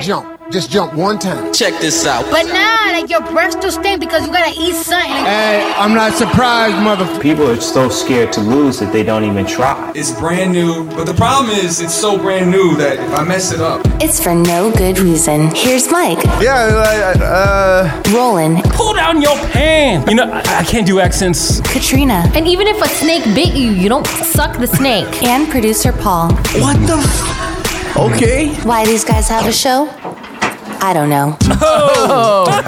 jump. Just jump one time. Check this out. But nah, like your breath still stink because you gotta eat something. Hey, I'm not surprised, motherfucker. People are so scared to lose that they don't even try. It's brand new, but the problem is it's so brand new that if I mess it up, It's for no good reason. Here's Mike, Yeah, I, I, uh, Roland, Pull down your pants. You know, I, I can't do accents. Katrina, And even if a snake bit you, you don't suck the snake. and producer Paul. what the? F- okay. Why these guys have a show? I don't know. Oh,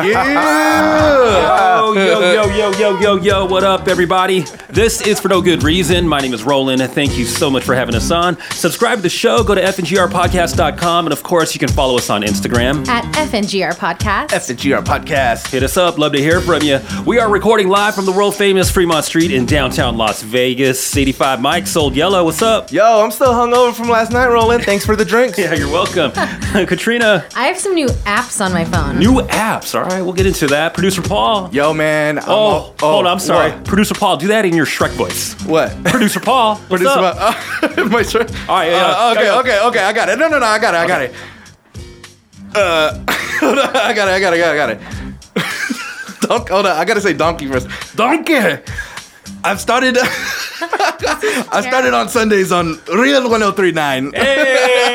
yo, yo, yo, yo, yo, yo, what up, everybody? This is For No Good Reason. My name is Roland. Thank you so much for having us on. Subscribe to the show, go to fngrpodcast.com, and of course, you can follow us on Instagram. At FNGR Podcast. That's the GR podcast. Hit us up, love to hear from you. We are recording live from the world famous Fremont Street in downtown Las Vegas. 85 Mike, Sold Yellow, what's up? Yo, I'm still hungover from last night, Roland. Thanks for the drinks. Yeah, you're welcome. Katrina, I have some new apps on my phone. new apps. All right, we'll get into that. Producer Paul. Yo, man. I'm Oh, all- hold on, I'm sorry. What? Producer Paul, do that in your Shrek voice. What? Producer Paul. What's Producer up? Bob- my shirt. All right, Oh, yeah, Uh, okay, go. okay, okay. I got it. No, no, no. I got it. I got it. Uh, I got it. I got it. I got it. I got it. Donk. Hold on. I gotta say donkey first. Donkey. I've started. I started on Sundays on Real 1039. He made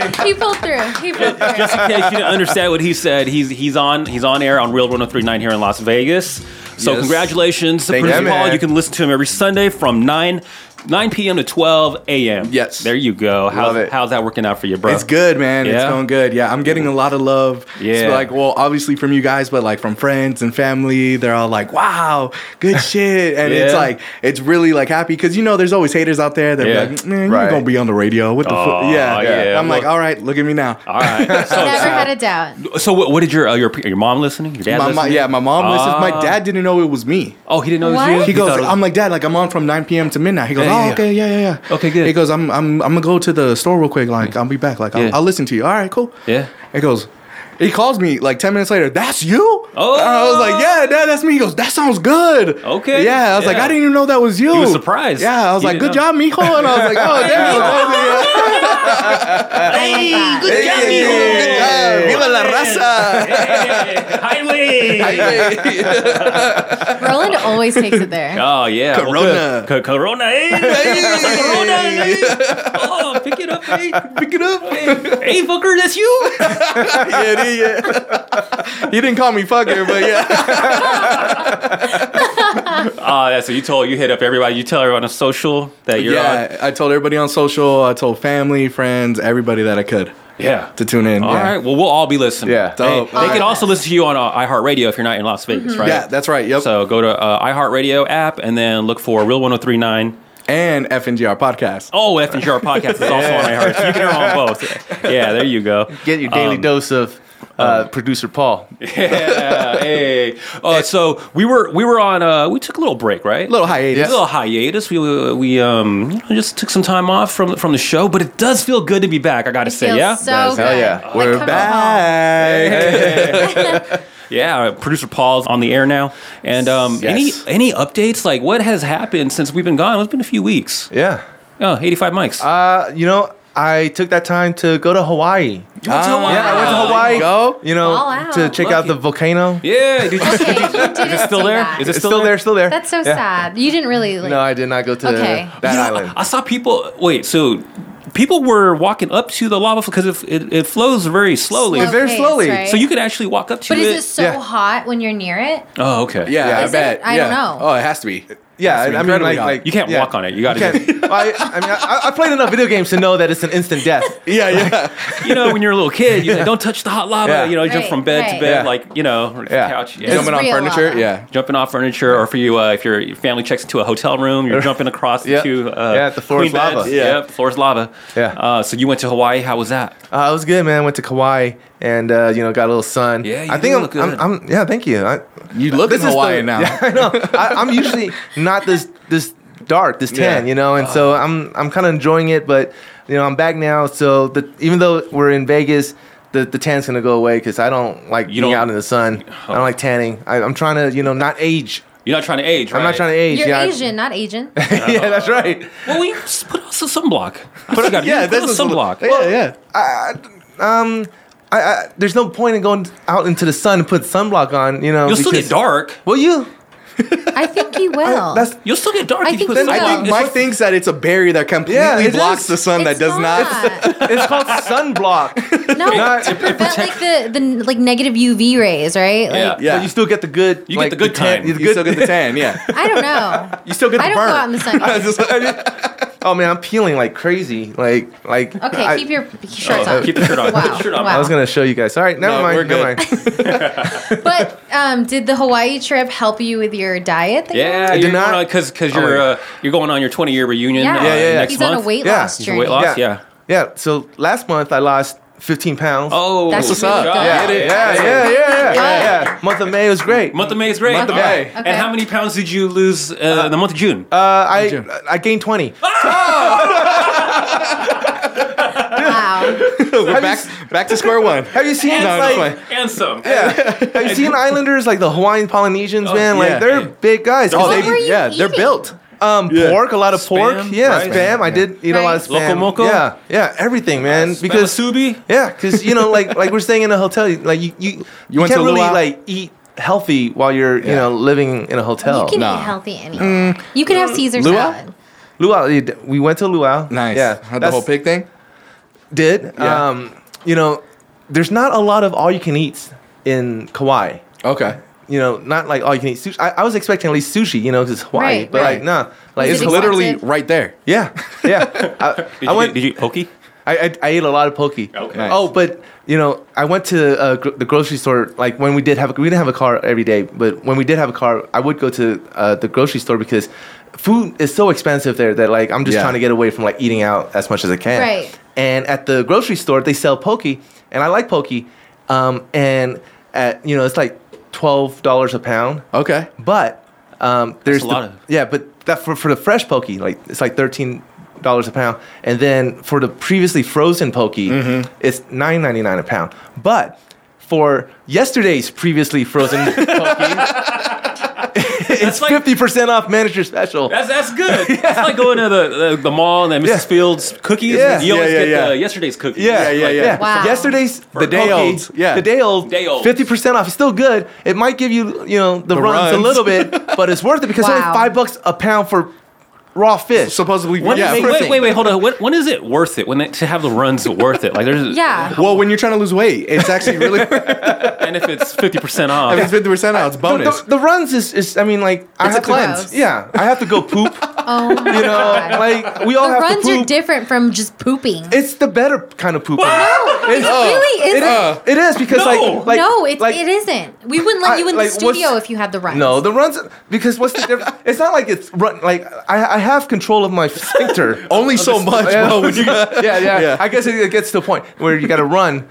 it. He pulled through. He pulled through. Just in case you didn't understand what he said, he's he's on he's on air on Real 1039 here in Las Vegas. So Yes. congratulations, Thank Producer you, Paul. man. You can listen to him every Sunday from nine. 9 p.m. to 12 a.m. Yes. There you go. How's, Love it. how's that working out for you, bro? It's good, man. It's Yeah? going good. Yeah, I'm getting a lot of love. Yeah. So, like, well, obviously from you guys, but like from friends and family, they're all like, "Wow, good shit," and it's Yeah. like it's really like happy because you know there's always haters out there. They're Yeah. like, "Man, Right. you're gonna be on the radio. What the Aw, fuck?" Yeah. yeah. And I'm like, Well- all right, look at me now. All right. So, Never had a doubt. so what, what did your uh, your your mom listening? Your dad My, listening? my, yeah, my mom listens. Ah. My dad didn't know it was me. Oh, he didn't know What? it was you. He goes, thought it was- I'm like, Dad, like I'm on from 9 p.m. to midnight. He goes, Yeah, yeah, Oh, yeah. okay, yeah, yeah, yeah. Okay, good. He goes, I'm, I'm, I'm gonna go to the store real quick. Like, I'll be back. Like, I'll, Yeah. I'll listen to you. All right, cool. Yeah. He goes, he calls me like 10 minutes later. That's you? Oh. And I was like, Yeah, Dad, that's me. He goes, That sounds good. Okay, Yeah. I was like, yeah. I didn't even know that was you. was surprised. Yeah. I was He like, Good didn't job, mijo. And I was like, Oh, damn. good job, mijo. Viva la raza. Highway. Roland always takes it there. Oh yeah, Well, Corona. good. Co- corona. eh? Corona. eh? Oh, pick it up, hey, Pick it up. hey, fucker, that's you. yeah, yeah. he didn't call me fucker, but yeah. Oh, yeah. So you told you hit up everybody. You tell everyone on social that you're on. yeah, I told everybody on social. I told family, friends, everybody that I could Yeah. to tune in. All yeah. right. Well, we'll all be listening. Yeah. Dope. Hey, they All can right. Mm-hmm. also listen to you on uh, iHeartRadio if you're not in Las Vegas, right? Yeah, that's right. Yep. So go to uh, iHeartRadio app and then look for Real 1039. and FNGR podcast. Oh, F and FNGR podcast is also on iHeart. So you can hear on both. Yeah, there you go. Get your daily Um, dose of uh, producer Paul. Yeah, hey. Uh, so we were we were on. Uh, we took a little break, right? Little hiatus. A little hiatus. We uh, we um you know, just took some time off from from the show, but it does feel good to be back. I got to say, Feels yeah. So Does. good. Hell yeah. Like, We're come on. back. Yeah, uh, producer Paul's on the air now. And um, Yes. any any updates? Like, what has happened since we've been gone? It's been a few weeks. Yeah. Oh, 85 mics. Uh, you know, I took that time to go to Hawaii. Ah, Yeah, I went to Wow. Hawaii. Go. You know, All out. to check out the volcano. yeah, did you, Okay, you didn't is it still do there? that. Is it It's still, still there, still there. That's so Yeah. sad. You didn't really like. No, I did not go to Okay. that You know, island. I, I saw people. Wait, so people were walking up to the lava because it, it, it flows very slowly. Slow very pace, slowly. right? So you could actually walk up to But it. is it so yeah. hot when you're near it? oh, okay. Yeah, I Is it? bet. I yeah. don't know. Oh, it has to be. yeah, I, I mean, incredibly like, hot. like You can't yeah. walk on it. You got to. Can't- I, I mean, I, I played enough video games to know that it's an instant death. Yeah, yeah. You know, when you're a little kid, you like, don't touch the hot lava. Yeah. You know, you jump Right, from bed to right. bed, Yeah. like you know, or Yeah. couch. Yeah. It's Jumping on real furniture. lava. Yeah. jumping off furniture, or for you, uh, if your your family checks into a hotel room, you're jumping across Yeah. to uh, Yeah, the floor is queen beds. lava. Yeah, Yeah. the floor is lava. Yeah. Uh, so you went to Hawaii. How was that? Uh, it was good, man. Went to Kauai and uh, you know got a little sun. Yeah, you I do think I'm, look good. I'm, I'm. Yeah, thank you. I, You look This in is the- Hawaiian now. Yeah, I know. I, I'm usually not this this dark, this tan, Yeah. you know, and so I'm I'm kind of enjoying it. But you know, I'm back now, so the, even though we're in Vegas, the the tan's gonna go away because I don't like being You don't- Oh. out in the sun. I don't like tanning. I, I'm trying to you know not age. You're not trying to age. I'm right? not trying to age. You're yeah, I- Asian, not Asian. yeah, that's right. Well, we just put on some sunblock. Put, yeah, this put on is a little- sunblock. Yeah, yeah. I, I- um, I, I, there's no point in going out into the sun and put sunblock on. You know, You'll still get because- dark. Will you? I think he will. That's You'll still get dark. if I you think put then I sunblock. think It's Mike just- thinks that it's a barrier that completely Yeah, it blocks is. the sun that It's does not. it's called sunblock, no, Not- to prevent like the, the like negative UV rays, right? Like, Yeah. Yeah. but you still get the good. You get the good tan- kind. the You You good- still get the tan, yeah. I don't know. you still get the I don't burn. go out in the sun. oh man, I'm peeling like crazy. Like like. Okay, I, keep your shirts Oh, on. keep your shirt on. Wow. Keep your shirt on. wow. I was gonna show you guys. All right, never No, mind. we're never mind. good. But um, did the Hawaii trip help you with your diet? Thing? Yeah, It you're did not- going because because Oh my you're uh, God. you're going on your 20 year reunion. Yeah, uh, yeah, yeah. Next He's month. on a weight Yeah. loss He's journey. a weight loss. Yeah. Yeah. So last month I lost 15 pounds. Oh, That's what's really up. good. yeah, Get it. yeah, yeah, yeah, yeah, Yeah. yeah, Month of May was great. Month of May is great. Month of All May. right. Uh, Okay. And how many pounds did you lose uh, in the month of June? Uh, I I gained 20. Wow. We're back, back to square one. Have you seen No, like? that's fine. and some. Have you seen islanders like the Hawaiian Polynesians, man? Like Oh, yeah. they're big guys. 'cause Oh, What they- were you yeah, they're eating? built. Um, Yeah. pork, a lot of pork. Spam, yeah, right? spam. I did eat a lot of Right. spam. Loco moco? Yeah, yeah, everything, man. Because because Subi. yeah, because you know, like like we're staying in a hotel. you- Like you you, you, went can't to really Luau? like eat healthy while you're you Yeah. know living in a hotel. You can Nah. eat healthy anyway. You could have Caesar Luau? salad. Luau, you d- we went to Luau. Nice. Yeah, Had the that's- whole pig thing? did. Yeah. Um, you know, there's not a lot of all you can eats in Kauai. Okay. You know, not like all you can eat sushi. I, I was expecting at least sushi. You know, because Hawaii, Right, but right. like nah, like it's Is it It's expensive? literally. literally right there. Yeah, yeah. I, I Did you, went. did you pokey? I, I, I ate a lot of pokey. Okay. Nice. Oh, but you know, I went to uh, gr- the grocery store. Like when we did have, a, we didn't have a car every day, but when we did have a car, I would go to uh, the grocery store because food is so expensive there that like I'm just Yeah. trying to get away from like eating out as much as I can. Right. And at the grocery store, they sell pokey, and I like pokey, um, and at you know, it's like twelve dollars a pound. Okay. But um, there's a the- lot of- yeah, but that for, for the fresh pokey, like it's like thirteen dollars a pound, and then for the previously frozen pokey, it's nine ninety nine a pound. But for yesterday's previously frozen pokey, That's like fifty percent off manager special. that's that's good. It's like going to the the, the mall and then Mrs. Yeah. Fields cookies. Yeah. You always Yeah, yeah, get yeah. The, yesterday's cookies. Yeah, yeah, yeah. Wow. Yesterday's the day pokey, olds, yeah. The day old. Day olds. Fifty percent off. It's still good. It might give you you know the, runs, a runs. little bit, but it's worth it because it's Wow. only five bucks a pound for raw fish. Supposedly, When yeah. is- for- wait, wait, wait, hold on. When, when is it worth it? When they, to have the runs worth it? Like there's Yeah. Well, Oh, when you're trying to lose weight, it's actually really. if And if it's fifty percent off, it's fifty percent out, it's The- bonus. The, the runs is, is I mean like I It's a have to- cleanse. yeah, I have to go poop. Oh my you know, god. like we all the have runs to poop. are different from just pooping. it's the better kind of poop. it really It isn't. is- it is because No. like like no, it's, like, it isn't. We wouldn't let I- you in like, the what's- studio if you had the runs. No, the runs because what's the difference? It's not like it's run like I, I have control of my sphincter. Only so much, bro. When you, yeah, yeah, Yeah. I guess it, it gets to a point where you got to run,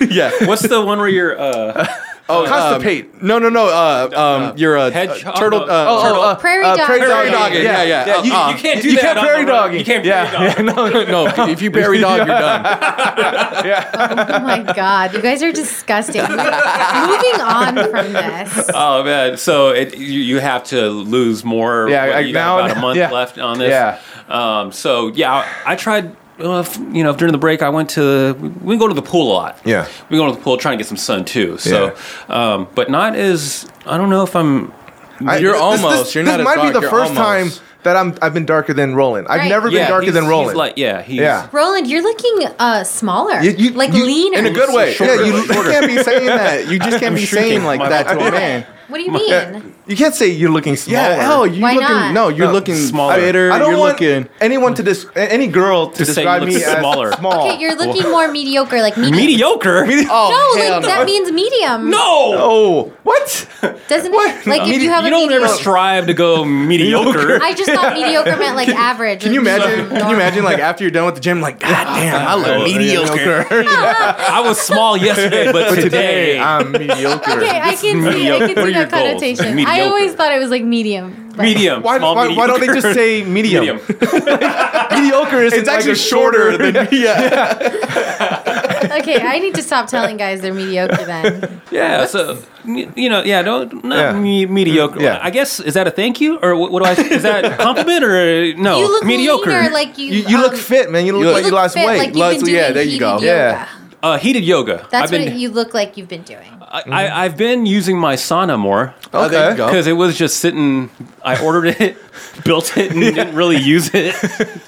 yeah. what's the one where you're uh, Oh, constipate. Um, no, no, no. Uh, um, you're a Hedgehog? hedgehog. turtle. Uh, Oh, turtle. uh, Prairie uh, dog. Oh Prairie dogging, dogging, yeah, yeah. you, Uh, you can't Uh-huh. do you that can't on prairie the road. dogging. You can't prairie yeah, dog. yeah, no, no, if you bury dog, you're done. Oh my god, you guys are disgusting. Moving on from this. Oh man! So it, you, you have to lose more. Yeah, what, I- you now- got about a month yeah. left on this. Yeah. Um, so yeah, I, I tried. Uh, f- you know, during the break, I went to we, we go to the pool a lot. Yeah. we go to the pool trying to get some sun too. So, um, but not as I don't know if I'm. I- You're this- this- almost. you're not This a might be dog, the you're first almost. time that I'm I've been darker than Roland. I've Right. never been yeah, darker he's- than Roland. He's like yeah, he's, yeah. Roland, you're looking uh smaller. You- you- like you- leaner. In a good way. Shorter, yeah, you, like, you can't be saying that. You just can't be shrinking. saying like My that to a bad. man. What do you mean? You can't say you're looking smaller. Yeah, hell, you Why looking? not? No, you're No. looking Smaller. smaller. Bitter, I don't you're want looking. anyone to dis- any girl to, say you describe look me smaller. as small. Okay, you're looking Oh. more mediocre, like medium. mediocre. Oh, no, hell like no. that means medium. no, oh, what? Doesn't What? it? Like if you have a don't mediocre. ever strive to go mediocre. I just thought mediocre meant like average. Can you imagine? Can you imagine like after you're done with the gym, like God damn, I look mediocre. I was small yesterday, but today. I'm mediocre. Okay, I can see, I Mediocre. can What are see your goals? that connotation. I Mediocre. always thought it was like medium. but- medium. Why, small, why, why don't they just say medium? medium? Mediocre is It's actually shorter than yeah. Okay, I need to stop telling guys they're mediocre then. Yeah, so me- you know, yeah, don't not Yeah. Me, mediocre. Yeah. I guess is that a thank you or what, what do I? Is that a compliment or no? You look mediocre. leaner, like you. You, you look um, fit, man. You look you like you look lost fit, weight. Like you've Lost- been doing yeah, there you heated go. Yoga. yeah. Uh, heated yoga. That's I've been, what you look like you've been doing. I, I, I've been using my sauna more Oh, there you Okay. go. because it was just sitting. I ordered it, built it, and didn't really use it.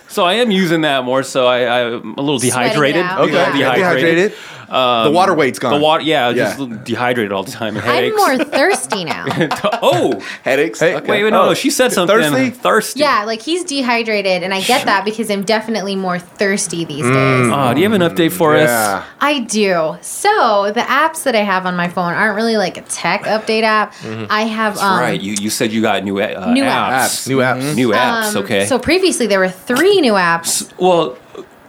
so I am using that more. So I, I'm a little Sweating it dehydrated. out. Okay. Yeah, Dehydrated. the water weight's gone. The water, yeah, I was Yeah. just a little dehydrated all the time. and Headaches. I'm more thirsty now. oh, headaches. Hey, wait, wait, no, Oh. no, she said something. Thirsty? Thirsty. yeah, like he's dehydrated, and I get that because I'm definitely more thirsty these days. Oh, do you have an update for us? I do. So the apps that I have on my phone aren't really like a tech update app. I have um, right. You, you said you got new, uh, New apps. apps. New apps. New apps. um, okay. So previously there were three new apps, well,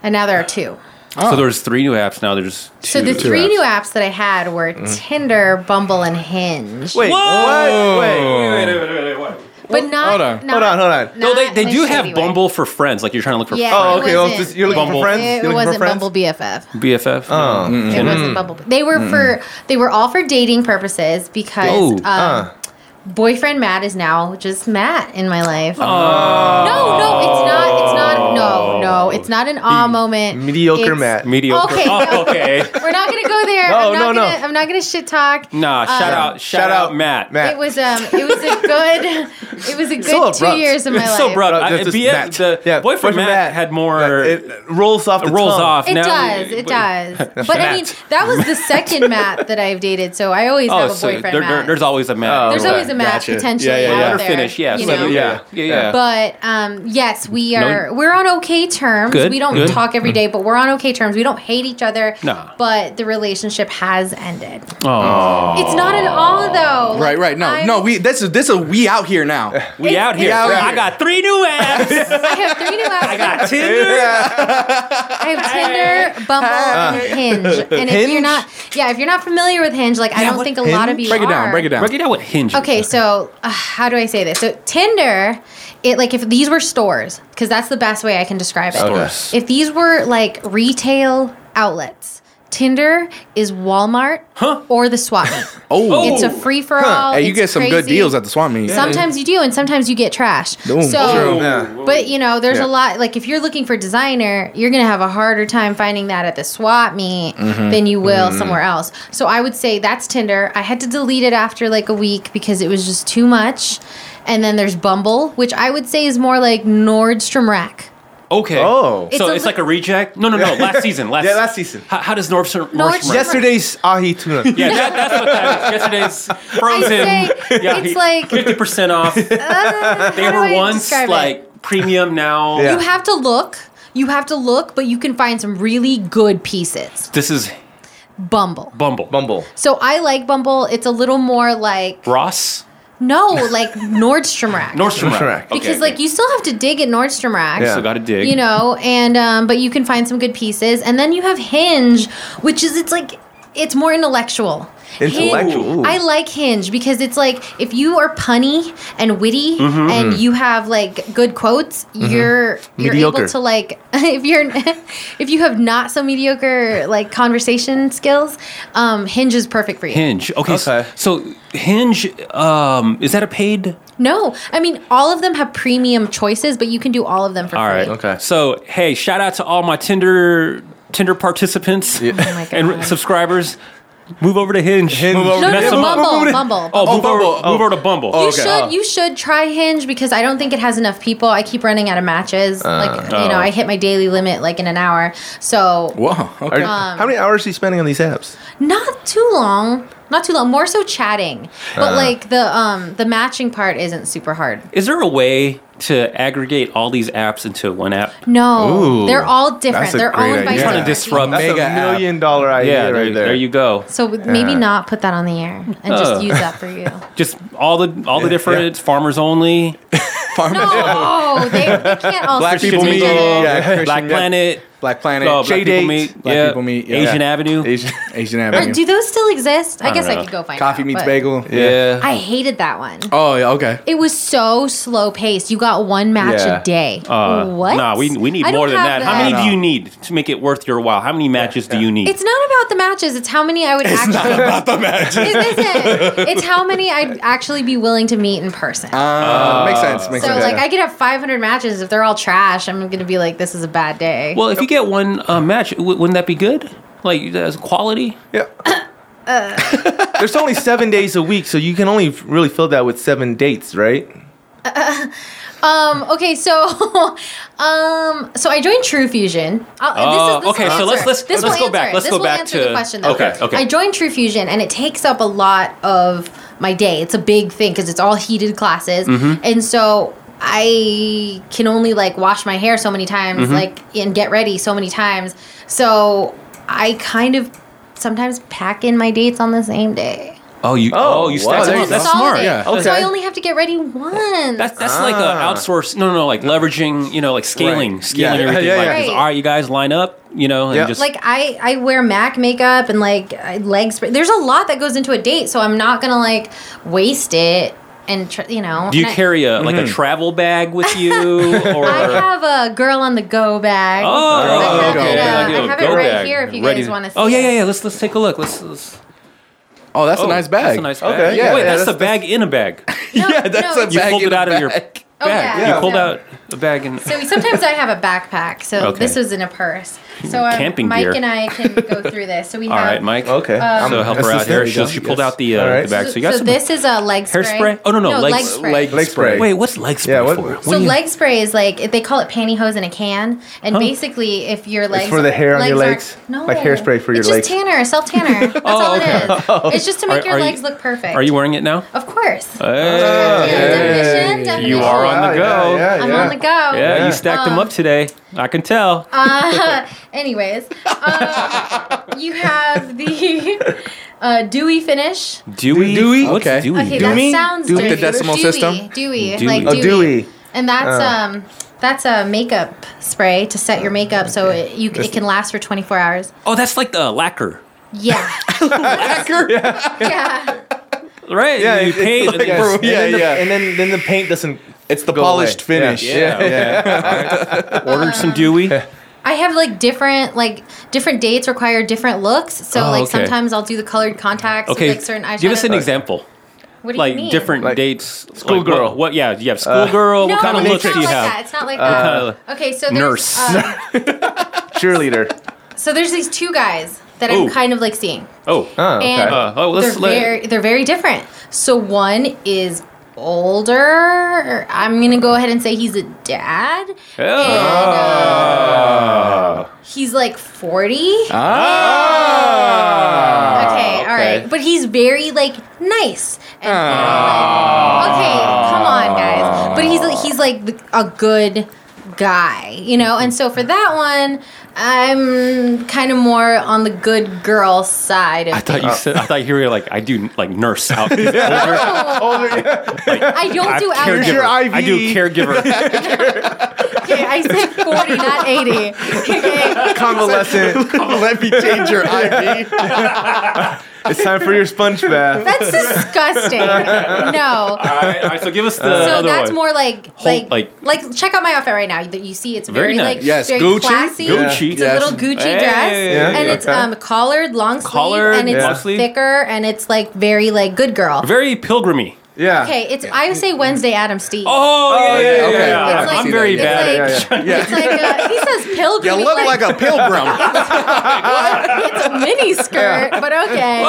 and now there are two. Oh. so there's three new apps now. There's two. So the three new apps that I had were Tinder, Bumble, and Hinge. Wait, Whoa. what? Wait. but not. hold on. not- Hold on, hold on. no, they, not they in a do shady have way. Bumble for friends. Like you're trying to look for Yeah. Oh, it okay, well, wasn't- just- you're looking for it- friends? You're It, looking for wasn't friends? Bumble BFF. BFF. Oh. It wasn't Bumble. They were Mm-hmm. for they were all for dating purposes because Oh. um, uh. boyfriend Matt is now just Matt in my Oh. life. No, no, it's not. It's not. No, no, it's not an ah moment. Mediocre It's- Matt. Mediocre. Okay, Oh, no. okay. We're not gonna go there. No, I'm not no, no. gonna, I'm not gonna shit talk. Nah, shout Uh, out, shout, shout out, out Matt. Matt. It was um, it was a good, it was a Still good two abrupt. years of my It's so life. abrupt. Uh, I- this is BF Matt. the Yeah, boyfriend, Matt, had more. It rolls off the it rolls tongue. off. It now does. It does. But I mean, Matt. that was the second Matt that I've dated, so I always Oh, have a so boyfriend. there, Matt. there- there's always a Matt. There's always a Matt Gotcha. potentially Yeah, yeah, out yeah. Better there. finish. Yeah. you so- know? yeah. Yeah. Oh. Yeah. But um, yes, we No- are. we're on okay terms. Good, We don't good. talk every day, but we're on okay terms. We don't hate each other. Nah. But the relationship has ended. Oh. It's not at all though. Right, right. No, I'm- no. We this is this is we out here now. We out here. out I here. got three new apps. I have three new apps. I, I got Tinder. have Tinder, Bumble, and Hinge. And if you're Hinge? not, yeah, if you're not familiar with Hinge, like I Yeah, don't what- think a lot of you break it down. are. Break it down. Break it down with Hinge. Okay, so uh, how do I say this? So Tinder, it like if these were stores, because that's the best way I can describe it. Stores. If these were like retail outlets, Tinder is Walmart or the swap meet. Oh. it's a free for all. Hey, you get some good deals at the swap meet. Sometimes you do, and sometimes you get trash. Boom. So, True. Yeah. but you know, there's Yeah. a lot. Like if you're looking for designer, you're gonna have a harder time finding that at the swap meet than you will somewhere else. So I would say that's Tinder. I had to delete it after like a week because it was just too much. And then there's Bumble, which I would say is more like Nordstrom Rack. Okay. Oh. It's So a it's li- like a reject. No, no, no. Last season. Last. Yeah, last season. How, how does Nordstrom? Nordstrom- Nordstrom- Yesterday's ahi tuna. Yeah, that, that's what that is. Yesterday's I frozen. say it's like fifty percent off. they how do were I once describe it? like premium. Now Yeah. you have to look. You have to look, but you can find some really good pieces. this is Bumble. Bumble. Bumble. So I like Bumble. It's a little more like Ross. No, like Nordstrom Rack. Nordstrom Nordstrom Rack. Rack. Okay, because okay. like you still have to dig at Nordstrom Rack. Yeah. So got to dig. You know, and um, but you can find some good pieces, and then you have Hinge, which is it's like it's more intellectual. Hinge- Intellectual, ooh. I like Hinge because it's like if you are punny and witty Mm-hmm, and you have like good quotes, you're you're Mediocre. able to like if you're if you have not so mediocre like conversation skills, um, Hinge is perfect for you. Hinge. Okay. s- Okay. So Hinge. Um, is that a paid? No, I mean all of them have premium choices, but you can do all of them for All free. right. Okay. So hey, shout out to all my Tinder Tinder participants Oh my and God. subscribers. Move over to Hinge. Hinge. Move over No, to no, mess no, them up. Bumble, Bumble. Oh, Oh, move over, Bumble. move over to Bumble. You Okay, should oh. you should try Hinge because I don't think it has enough people. I keep running out of matches. like you know, I hit my daily limit like in an hour. So Whoa. Okay. Are- how many hours are you spending on these apps? not too long. Not too long. More so chatting. But like the um the matching part isn't super hard. Is there a way to aggregate all these apps into one app? No. Ooh, they're all different. that's a They're great owned by idea. Trying to different disrupt- people. That's Mega a app. million dollar idea there, right you- there. there you go. So maybe not put that on the air and Oh. just use that for you. Just all the all the different farmers only, Farmers. No, they, they can't all Black speak people to meet. each other. Yeah, Christian, Black yeah. Planet, Black Planet. oh, Black Black J-Date, People Meet, Black yeah, People Meet, yeah. Asian Yeah. Avenue, Asian- Asian Or Avenue. do those still exist? I, don't guess know. I could go find out. Coffee meets but bagel. yeah. I hated that one. Oh, yeah. Okay. It was so slow paced. You got one match Yeah. a day. Uh, what? Nah, we, we need I don't more than have that. How many that. do you need to make it worth your while? How many matches do you need? It's not about the matches. It's how many I would actually. Not the match. it isn't. It's how many I'd actually be willing to meet in person. Ah, Uh, makes sense. Makes so sense. like I could have 500 matches. If they're all trash, I'm gonna be like, this is a bad day. well, if you get one uh, match, w- wouldn't that be good? Like that's quality. Yeah. There's only seven days a week, so you can only really fill that with seven dates, right? Um, okay, so um, so I joined True Fusion. Oh, I'll, this is, this okay, will so let's- answer let's- it. This let's will go back. answer it. Let's This go will back answer to- the question. Though. okay, okay. I joined True Fusion, and it takes up a lot of my day. It's a big thing because it's all heated classes, Mm-hmm. and so I can only like wash my hair so many times, Mm-hmm. like and get ready so many times. So I kind of sometimes pack in my dates on the same day. Oh, you. Oh, you wow, stacked there them you up. That's go. smart. Consolidate. yeah. So I Okay. only have to get ready once. That's that's like a outsource. No, no, no. Like leveraging. You know, like scaling, Right. scaling Yeah. everything. Yeah, like, yeah. it's, Right. all right, you guys line up. You know, and Yeah. just like I, I wear Mac makeup and like I- leg spray. There's a lot that goes into a date, so I'm not gonna like waste it and tr- you know. Do you and I- carry a like a travel bag with you, or I have a girl on the go bag. oh, I have okay, it, uh, like, you know, I have it go right bag, here if you ready guys want to see. Oh yeah, yeah, it. yeah. Let's let's take a look. Let's. let's Oh, that's oh, a nice bag. That's a nice bag. Okay, yeah, Wait, yeah, that's, that's- a bag in a bag. No, yeah, that's no, a it's- You bag pulled in it a out of your bag. bag. Oh, yeah. You pulled Yeah. out a bag and. So sometimes I have a backpack. So Okay. this was in a purse. So um, camping Mike gear. and I can go through this. So we All have. right, Mike. Okay. Um, so help her out assistant. There here. you She, go. she pulled Yes. out the, uh, All right. the bag. So you got some. this is a leg spray. Hairspray? Oh, no, no, leg- leg, spray. Leg spray. Wait, what's leg spray Yeah, what- for? So do So you- leg spray is like if they call it pantyhose in a can, and Huh. basically if your legs for the hair on your legs? aren't- no, Like hairspray for your it's legs? Oh, just tanner, self tanner. That's all it is. It's just to make Are- your are you- legs look perfect. Are you wearing it now? Of course. Hey, Yeah, definition, definition. You are on the Yeah, go. yeah, I'm on the go. Yeah, you stacked them Um, up today. I can tell. Uh, anyways, um, you have the uh, dewy finish. Dewey. Dewey? What's Okay. Dewey? Okay, Dewey? that sounds Dewey? dirty. With the decimal Dewey, system? Dewey, Dewey. like Oh, Oh, Dewey. Dewey. And Oh. that's um that's a makeup spray to set your makeup so it, you it can last for 24 hours. Oh, that's like the lacquer. Yeah. Hacker? yeah. Right? Yeah, you it- it's paint. like- and- yes. bro, And yeah, then the- yeah. And then then the paint doesn't. It's the Go polished away. finish. Yeah. Yeah. Ordered some Dewey. I have like different like different dates require different looks. So Oh, like okay. sometimes I'll do the colored contacts Okay. with like certain eyeshadow. give us an example. What do you Like Uh, mean? different Like, dates. schoolgirl. Like, what, what? Yeah, you have schoolgirl. No, what kind of it's looks not do you like have? That. It's not like that. kinda- okay, so there's Nurse. uh, Cheerleader. so there's these two guys that I'm Ooh. kind of like seeing. Oh. Oh, okay. And- Uh, oh, let's they're let- very they're very different. So one is older. I'm gonna go ahead and say he's a dad. Oh. uh, He's like 40. Ah, Ah. okay, all right. But he's very like nice. And Ah. okay, come on, guys. But he's he's like the- a good guy, you know. And so for that one, I'm kind of more on the good girl side of I thought you said. I thought you were like I do like nurse out. I don't do I outfits. caregiver. your I do IV. caregiver. Okay, I said 40, not 80. Okay. Convalescent. Let me change your IV. it's time for your sponge bath. That's disgusting. No. all, right, all right. So give us the So other that's Uh, one. more like, Whole- like, like- like, check out my outfit right now. That you see, it's Very very, nice. like, Yes, very Gucci. classy. Gucci. It's a little Gucci Hey. dress, Yeah, and it's okay. um collared, long sleeve, Collared, and it's long sleeve. thicker, and it's like very like good girl. very pilgrimy. Yeah. Okay, it's I would say Wednesday Adam Steve. Oh, yeah, yeah, yeah. okay. yeah. It's I'm- like- I'm very it's bad. like- at Yeah, yeah, It's like uh he says You pilgrim. look like a pilgrim. it's a mini skirt, but okay.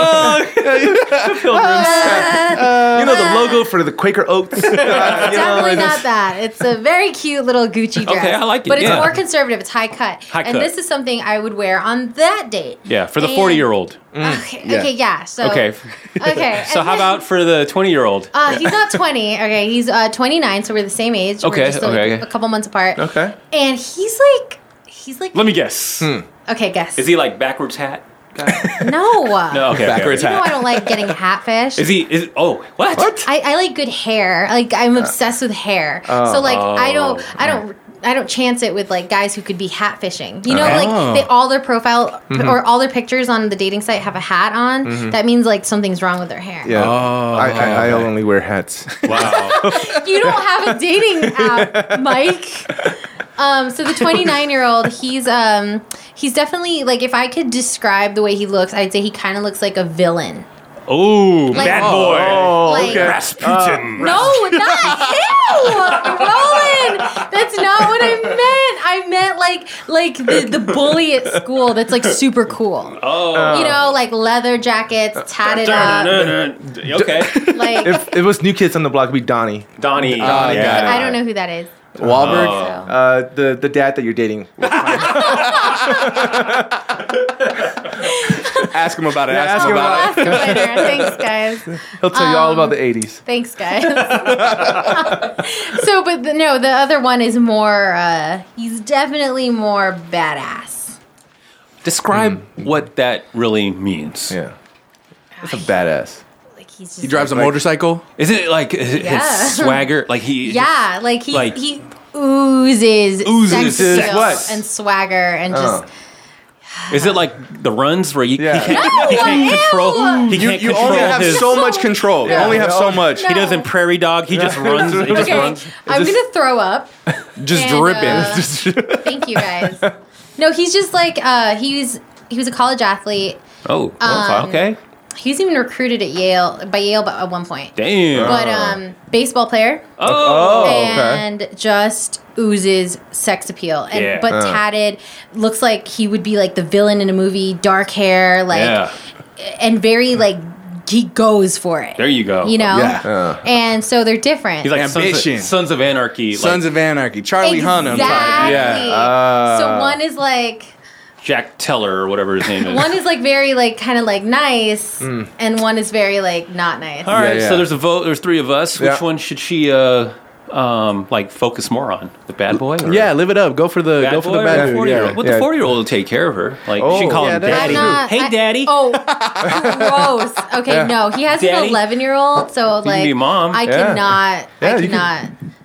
Uh, You know the logo for the Quaker Oats. Definitely not that. It's a very cute little Gucci dress. Okay, I like it, But it's yeah. more conservative. It's high cut. High and cut. this is something I would wear on that date. Yeah, for the And- 40 year old. Okay, okay, yeah. So Okay. okay. So how and then- about for the 20 year old? Uh, he's not 20. Okay, he's uh, 29, so we're the same age. We're Okay, just a- okay, okay. A couple months apart. Okay. And he's like, he's like, Let me guess. okay, guess. Is he like backwards hat? No. No, Oh, okay. Backwards You know I hat. don't like getting hatfish. Is he? Is oh what? What? I, I like good hair. Like I'm obsessed with hair. so like I don't I don't I don't chance it with like guys who could be hat fishing. You know, like they all their profile or all their pictures on the dating site have a hat on. That means like something's wrong with their hair. Yeah. I, I, I only wear hats. You don't have a dating app, Mike. Um, so the 29 year old, he's um he's definitely like if I could describe the way he looks, I'd say he kind of looks like a villain. Oh, Like- bad boy. Like, Rasputin. No, not you, Roland. That's not what I meant. I meant like like the, the bully at school that's like super cool. Oh. You know, like leather jackets, tatted up. okay, Like If it was New Kids on the Block, it'd be Donnie. Donnie. Donnie, yeah. got I don't know who that is. Wahlberg, Oh. uh, the the dad that you're dating. Ask him about it. ask ask, him him about, That's the winner. Thanks guys. He'll tell you all about the '80s. Thanks guys. so but the, no, the other one is more uh he's definitely more badass. Describe what that really means. Yeah, that's a badass. Like he's just it. He drives a motorcycle. Is it like his, Yeah. his swagger? Like he? Yeah, like he like- he oozes, Oozes Uh-huh. sex appeal sex. What? and swagger and just Is it like the runs where he, Yeah. he can't, he can't control? He You, can't you control only have his. so much control. You Yeah. only have so much. He No. doesn't prairie dog. He just runs. He just okay. runs. I'm this- gonna throw up. Just And, dripping. uh, Thank you guys. No, he's just like uh, he was he was a college athlete. Oh, Um, okay. He was even recruited at Yale by Yale, but at one point. Damn. But um, baseball player oh, and just oozes sex appeal and Yeah. but Uh. tatted. Looks like he would be like the villain in a movie. Dark hair, like yeah. and very like he goes for it. There you go. You know, Yeah. and so they're different. He's like sons Ambition. of, sons of anarchy. like Sons of Anarchy. Charlie Hunnam. type. exactly. Yeah. so one is like Jack Teller or whatever his name is. one is like very like kind of like nice, and one is very like not nice. All right, Yeah, yeah. so there's a vote. There's three of us. Which Yeah. one should she uh, um, like focus more on? The bad boy? Or Yeah, live it up. Go for the bad go for boy the or bad dude, forty year yeah, old. Well, yeah. the forty year old will take care of her. Like Oh, she can call yeah, him that's daddy. I'm not- hey, I- daddy. Oh, gross. Okay, no, he has Daddy? an 11 year old, so can like be mom. I Yeah. cannot. Yeah, I you can- cannot.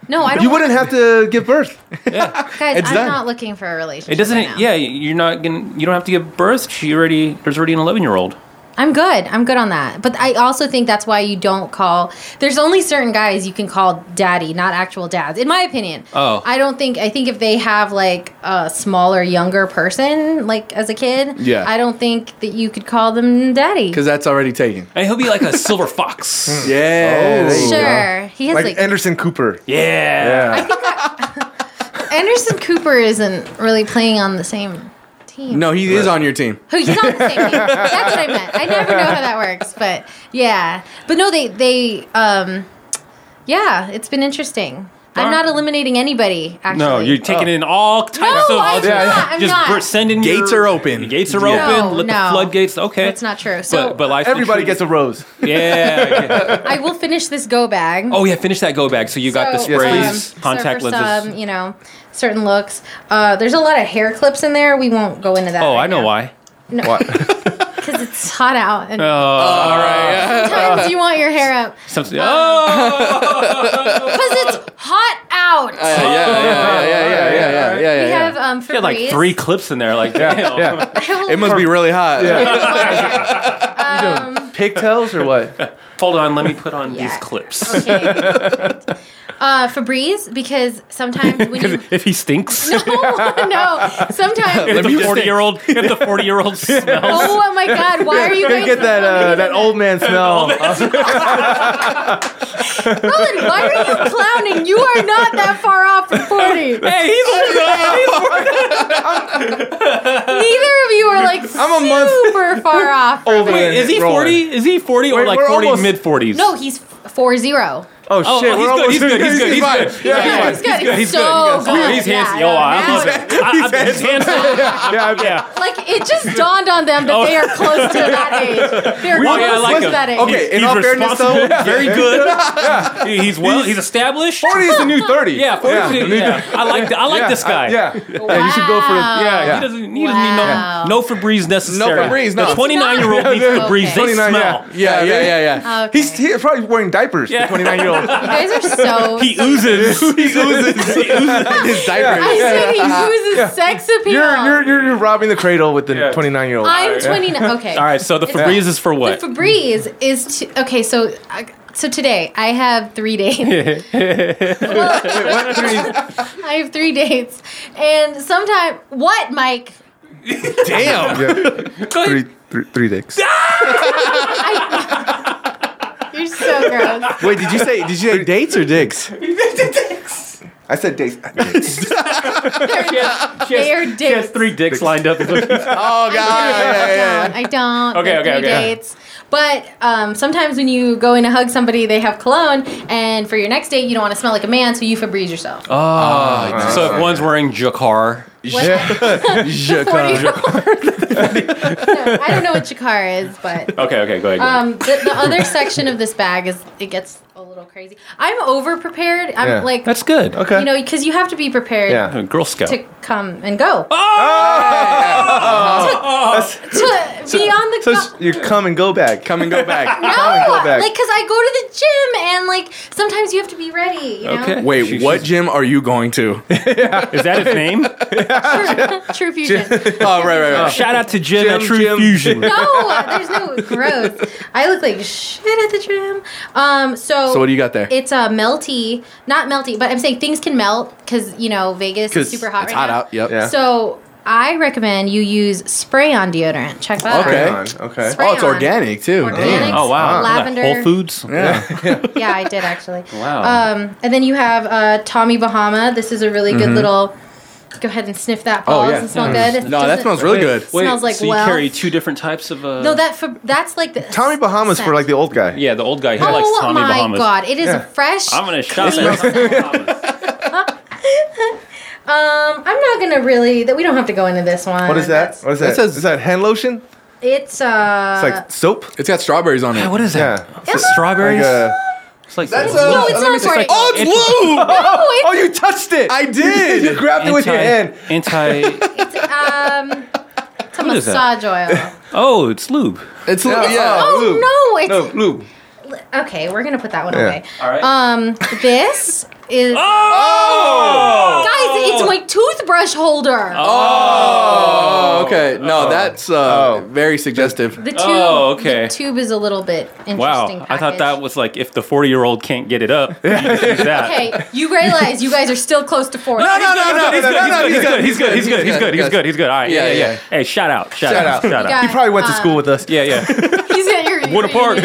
No, I don't. You wouldn't have to give birth. guys. it's I'm done. not looking for a relationship. It doesn't. e- Right Yeah, now. you're not gonna. You don't have to give birth. She already. There's already an eleven year old. I'm good. I'm good on that. But I also think that's why you don't call. There's only certain guys you can call daddy, not actual dads, in my opinion. Oh. I don't think. I think if they have like a smaller, younger person, like as a kid, Yeah. I don't think that you could call them daddy. Because that's already taken. Oh. And he'll be like a silver fox. Yeah. there you go. Sure, he has Like, like, Anderson Cooper. Yeah. Anderson Cooper isn't really playing on the same team. No, he is on your team. Who he's on the same team. That's what I meant. I never know how that works, but yeah. But no, they they um yeah, it's been interesting. I'm not eliminating anybody, actually. No, you're taking in all types No, of. I'm just- not, I'm just not. bur- sending Gates your- are open. Gates are Yeah. open. No, Let no. the floodgates. Okay, That's not true. So but but life's been Everybody treated- gets a rose. Yeah. yeah. I will finish this go bag. Oh yeah, finish that go bag. So you got the So, sprays, um, contact surfer lenses. sub, you know, certain looks. Uh, there's a lot of hair clips in there. We won't go into that. Oh, I know why. Because it's hot out, Oh, and all right. sometimes you want your hair up Something. Oh, because it's hot out. yeah, yeah, yeah, yeah, yeah, yeah, yeah, we yeah. have um, she had like Febreze. Um, three clips in there. Like, damn. Yeah. It must be really hot. Pigtails or what? Hold on, let me put on Yeah. these clips. Okay. Uh, Febreze, because sometimes when you Oh, if he stinks, no, no, sometimes. the forty-year-old, if the forty-year-old smells. Oh my God! Why are you Gonna guys get that uh, commenting that on old man smell. Roland, why are you clowning? You are not that far off from forty. Hey, he's old enough. Neither of you are like a month super far off. from older it. than Is he Roland. forty? Is he forty or Wait, like we're forty almost- mid forties? No, he's four zero. Oh, Oh, shit, oh, we're almost he's, good, he's good. He's good. He's good. Yeah, Yeah, he's good. He's so good. He's Yeah, handsome. no, Oh, I'm- now- I- I'm- he's handsome. Oh, Yeah, I'm- Yeah. Like it just dawned on them that they are close to that age. They're Oh, close yeah, I like to him. that age. Okay, in he's all fairness, though- responsible, very good. He- He's well. He's established. 40 is the new 30. Yeah, 40 yeah. I like. th- I like Yeah, this guy. I- yeah. yeah, you should go for Wow. yeah, He yeah. doesn't. He doesn't need Wow. no no Febreze necessary. No Febreze, no. The twenty nine year old needs Okay. Febreze. They 29, smell. Yeah, yeah, yeah, yeah. yeah. Okay. He's he, probably wearing diapers. Yeah. The 29 year old. you guys are so. He oozes. he oozes. he oozes. His diaper. I said he uses sex appeal. You're, you're, you're, you're robbing the cradle with Yeah. the 29 year old. I'm 29. Okay. All right. So the Febreze is for The what? Febreze is to, okay. So I- so today I have three dates. I have three dates, and sometime what Mike? Damn. Three, three, three dicks. You're so gross. Wait, did you say did you say dates or dicks? I said days. oh They are She has dicks. three dicks lined up. God, Oh, yeah, yeah, yeah. I don't. Okay, Okay, okay, okay, okay. Dates. But um, sometimes when you go in to hug somebody, they have cologne, and for your next date, you don't want to smell like a man, so you Febreze yourself. Oh, so if one's wearing Jakar, I don't know what Chikara is, but okay, okay, go ahead. um, the, the other section of this bag is it gets a little crazy. I'm over prepared. I'm Yeah. like, That's good. Okay. you know, because you have to be prepared. Yeah. Uh, Girl Scout. Ah! To come and go. Oh! That's- To be on the so go- it's your come and go bag. Come and go back. No, and go back. like because I go to the gym and like sometimes you have to be ready. You know, Okay. Wait, She- what gym are you going to? Is that his name? True fusion. Oh, right, right, right. Shout out to Jim, Jim, at True Jim. Fusion. no, there's no gross. I look like shit at the gym. Um, so So what do you got there? It's a melty, not melty, but I'm saying things can melt because you know Vegas 'Cause is super hot It's right hot now. out. Yep. Yeah. So I recommend you use spray-on deodorant. Check that Okay. out. Hang on, Okay. Spray Oh, it's on. organic too. Organic. Damn. Oh Ah. wow, Lavender. Whole Foods. Yeah. yeah, I did actually. Wow. Um, and then you have uh, Tommy Bahama. This is a really Mm-hmm. good little. Go ahead and sniff that. Oh, Paul. yeah. Doesn't Mm. smell good. It No, that doesn't- smells really good. Wait, Smells like so you wealth. carry two different types of. Uh, No, that for, that's like the Tommy Bahama's for like the old guy. Yeah, the old guy who Oh likes Tommy my Bahamas. god, it is Yeah. fresh. I'm gonna shop clean- at Tommy Bahamas. Um, I'm not gonna really. That we don't have to go into this one. What is that? What is that? That says- is that hand lotion? It's It's uh. like soap. It's got strawberries on it. What is that? Yeah. Is it strawberries. Like, uh, it's like That's It's a- no, it's let me not just- sorry. Oh, it's lube. oh, you touched it. I did. you grabbed it with your hand. Anti. it's um. It's a is that? massage oil. oh, it's lube. It's lube. Yeah. Oh no, it's No, lube. okay. We're gonna put that one Yeah. away. All right. Um, this is Ah! oh. guys. It's my toothbrush holder. Oh, okay. No, that's uh, Oh. very suggestive. The tube. Oh, okay. The tube is a little bit interesting. Wow, I thought package. that was like if the forty-year-old can't get it up, you just use that. Okay, you realize you guys are still close to forty. No, no, no, no, He's no, no, no, good. He's good. He's good. He's good. He's good. He's good. He's good. He's good. He's good. All right. Yeah, yeah, Yeah, yeah. yeah. Hey, shout out. Shout, Shout out. out. Shout Uh, out. He probably went to school with us. Yeah, yeah. He's in your. What a party.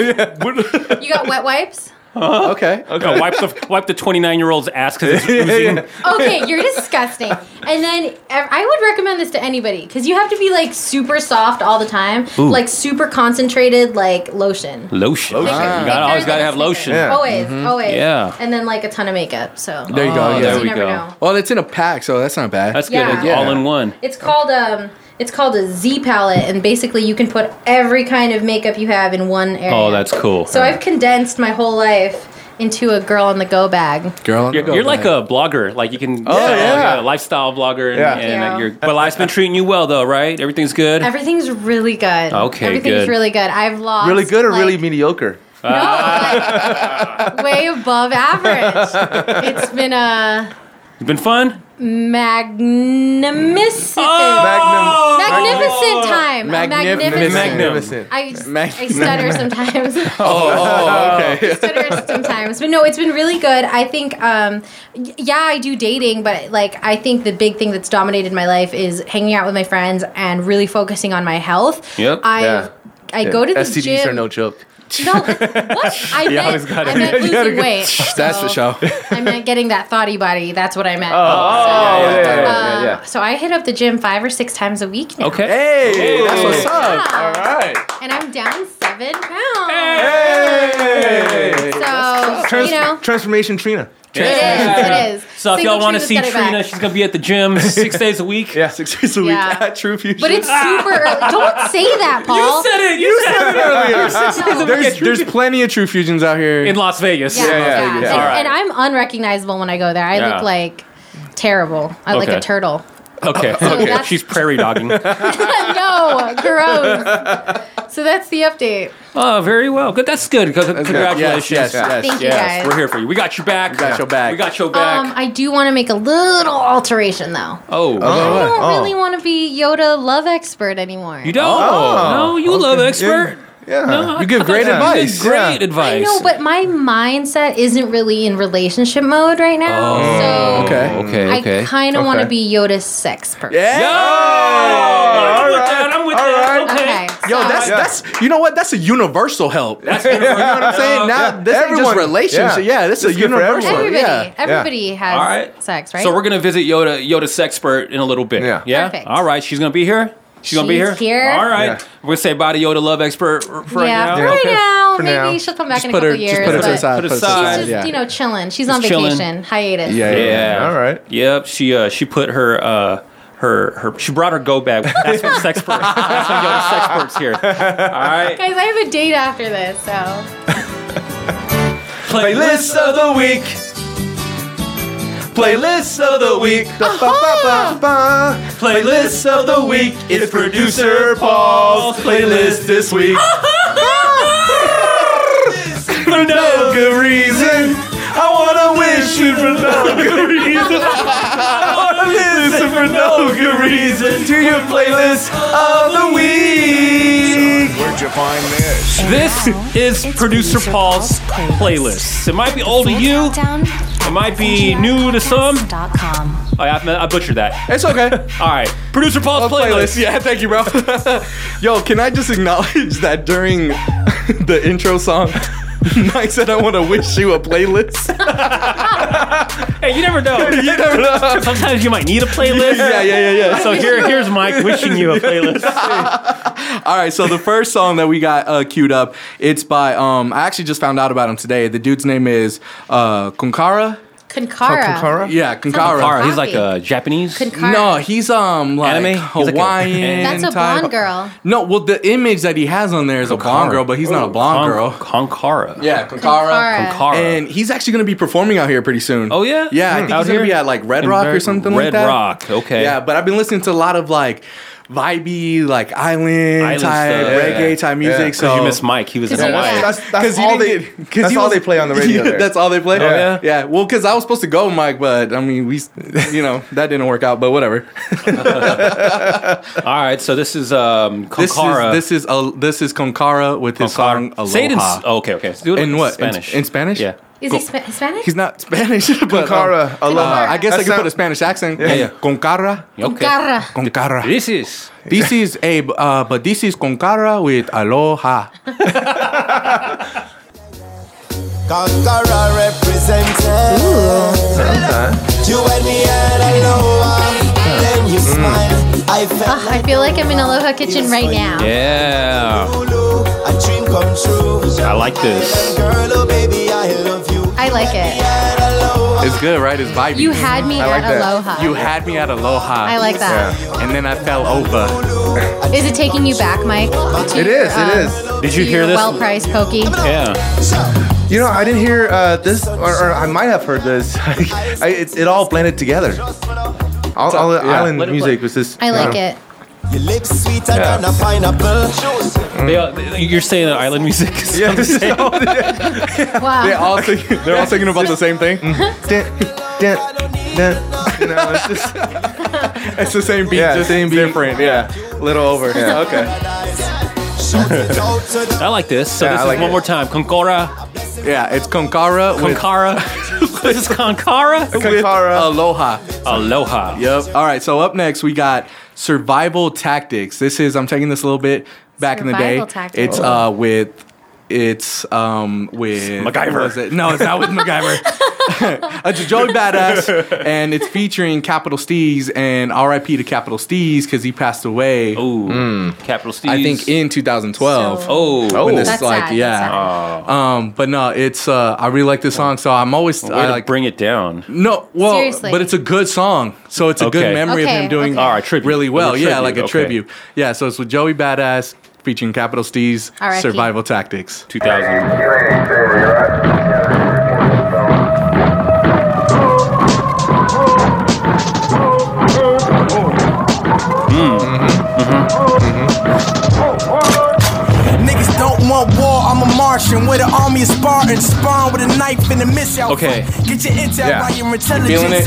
You got wet wipes? Okay. No, wipe the wipe the twenty-nine-year-old's ass because it's oozing. Okay, you're disgusting. And then ev- I would recommend this to anybody because you have to be like super soft all the time, Ooh. like super concentrated, like lotion. Lotion. You gotta always gotta have lotion. Mm-hmm. Yeah. Always, always. Yeah. And then like a ton of makeup. So There you go. Oh, yeah. there you we never go. know. Well, it's in a pack, so that's not bad. That's good. Yeah. It's Yeah. all in one. It's called um, it's called a Z palette, and basically you can put every kind of makeup you have in one area. Oh, that's cool. So I've condensed my whole life into a girl on the go bag. girl. You're, you're like a blogger. Like you can. Oh yeah. a lifestyle blogger. And, Yeah. and Yeah. you're, but life's been treating you well though, right? Everything's good. Everything's really good. Okay, Everything's good. really good. I've lost Really good or like, really mediocre? way above average. It's been a It's been fun. magnificent, Oh! Magnum. magnificent time. A Magnif- magnificent. Magnum. Oh! Magnificent. I, s- Mag- I stutter sometimes. Oh, Oh, okay. I stutter sometimes, but no, it's been really good. I think, um, y- yeah, I do dating, but like I think the big thing that's dominated my life is hanging out with my friends and really focusing on my health. Yep. I Yeah. I go to the STDs gym. are no joke. No, what? I always meant, gotta- I meant you gotta losing go- weight. That's the so- show. I meant getting that thoughty body. That's what I meant. Oh, yeah, yeah, Um, So I hit up the gym five or six times a week now. Okay. Hey, that's Oh, what's up. Yeah. All right. And I'm down seven pounds. Hey. So, Trans- you know, Transformation Trina. it is. It is. So if Single y'all want to Trina's see got her back. Trina, she's gonna be at the gym six days a week. Yeah, six days a week Yeah. at True Fusion. But it's super early. Don't say that, Paul. it. You said it No. There's, there's plenty of true fusions out here. in Las Vegas. Yeah, yeah, yeah. And, All right. and I'm unrecognizable when I go there. I Yeah. look like terrible. I look like Okay. a turtle. Okay. okay. that's- She's prairie dogging. no, gross. So that's the update. Oh, very well. Good. That's good. Co- Congratulations. Yes, yes, yes. Thank you Yes, guys. we're here for you. We got your back. We got your back. We got your back. Um, I do want to make a little alteration though. oh, Uh-huh. I don't Oh. really want to be Yoda love expert anymore. you don't? Oh. no, you love expert. Yeah. No, You give great advice. Great Yeah. I advice. know, but my mindset isn't really in relationship mode right now. so okay. Oh. okay, I kind of want to Okay. be Yoda sex person. No, Yeah. I'm All with right. that. I'm with All that. right. Okay. Okay. Yo, Oh, that's Yeah. that's you know what? That's a universal help. That's you know what I'm saying? Now this ain't Everyone. just relationship. Yeah. Yeah, this, This is is good for universal. everyone. Everybody, Yeah. everybody has All right. sex, right? So we're gonna visit Yoda, Yoda sexpert in a little bit. Yeah. Yeah. Perfect. All right. She's gonna be here. She's gonna be here. She's here. All right. Yeah. We're gonna say bye to Yoda love expert r- for right yeah, now. for right now. For Maybe now. she'll come back in a put couple her- years. just put her to but the side. Put it put it to the aside. She's side, just, yeah. you know, chilling. She's Just on chilling. vacation, hiatus. Yeah. Yeah. All right. Yep. She uh she put her uh her her she brought her go bag. That's what sexpert. That's what Yoda sexpert's here. All right. Guys, I have a date after this, so. Playlist of the week. Playlist of the week. Ba, ba, ba, ba, ba. Playlist of the week. It's producer Paul's playlist this week. for no good reason. I wanna wish you for no good reason. I wanna listen for no good reason to your playlist of the week. Where'd you find this? This is It's producer producer Paul's Paul's playlist. It might be old to you. It might be new to some. Podcast.com. Oh, I, I butchered that. It's okay. All right. Producer Paul's playlist. Oh, playlist. Yeah, thank you, bro. Yo, can I just acknowledge that during the intro song, Mike said, "I want to wish you a playlist." Hey, you never know. you never know. Sometimes you might need a playlist. Yeah, yeah, yeah, yeah. So here, here's Mike wishing you a playlist. All right, so the first song that we got uh, queued up, it's by um, I actually just found out about him today. The dude's name is uh, Kunkara. Kunkara. Yeah, Kunkara. Kunkara. He's like a Japanese. Kunkara. No, he's um like Anime? He's like a- Hawaiian. That's a type- blonde girl. No, well the image that he has on there is a blonde girl, but he's not a blonde girl. Kon- Konkara. Yeah, Kunkara. Kunkara. Konkara. And he's actually gonna be performing out here pretty soon. Oh, yeah? yeah. I Hmm. think Out he's gonna here? be at like Red In Rock Red- or something Red like that. Rock, okay. Yeah, but I've been listening to a lot of like vibey, like island, Island type stuff. reggae Yeah. type music. Because So you miss Mike. He was in Because Hawaii. he was- That's, that's he all they. didn't get- 'cause that's he all was- they play on the radio. Yeah, there. that's all they play. Yeah. Oh, yeah? yeah. Well, because I was supposed to go, Mike, but I mean, we, you know, that didn't work out. But whatever. All right. So this is um, Konkara. This is this is uh, this is Konkara with his song Konkara. Aloha. Say it in. s- Oh, okay, okay. Let's do it In what? In- Spanish. in Spanish? Yeah. Is he Spa- Spanish? He's not Spanish, but uh, Cara, aloha. Cara. I guess I That could sound- put a Spanish accent. Yeah. Yeah. Konkara. Okay. Kunkara. Konkara. This is. This is a uh, but this is Konkara with Aloha. Kakara represented. You and me had a Then you smile. I felt I feel like I'm in Aloha Kitchen right now. Yeah. Lulu, a dream come true. I like this. Girl, oh baby, I love you. I like it. Had a low, It's good, right? It's vibey. You had me I like at that. Aloha. You had me at Aloha. I like that. And then I fell over. Is it taking you back, Mike? to It your, is. It is. Did you to hear your this? Well-priced pokey. Yeah. You know, I didn't hear uh, this, or, or I might have heard this. I, it, it all blended together. All, all the yeah. island Let it music was just. I like it. your lips sweeter Yeah. than a pineapple. Juice. They all- you're saying that island music. is- Yeah, this is all. Wow. They all think, they're all thinking about the mm-hmm. same thing. Dun, dun, dun. You know, it's just It's the same beat, Yeah, just same beat. different. Yeah. a little over. Yeah, okay. Shout it out to the I like this. So Yeah, this I is like one it. more time. Konkora. Yeah, it's Konkara with Konkara. this is Konkara. Kakara. Aloha. Aloha. Yep. All right. So up next we got survival tactics. This is I'm taking this a little bit back in the Survival day. tactics. It's uh with it's um with MacGyver. what was it? No, it's not with MacGyver. it's Joey Badass, and it's featuring Capital Steez and R.I.P. to Capital Steez because he passed away. Ooh. Capital Steve. Hmm. I think in 2012. So- Oh. When this That's is like sad. yeah. That's sad. Um, but no, it's uh, I really like this song, so I'm always Way I to like bring it down. no, well, Seriously. but it's a good song, so it's a Okay. good memory of Okay, him doing okay. All right, tribute. really well. Like a yeah, tribute, like a okay. tribute. Yeah, so it's with Joey Badass featuring Capital Steez R.I.P. Survival Tactics. 2000. Niggas don't want war, I'm a Mar Martian with an army of Spartans. Spawn with a knife and a missile. Okay. Get your intel Yeah. by your You feeling intelligence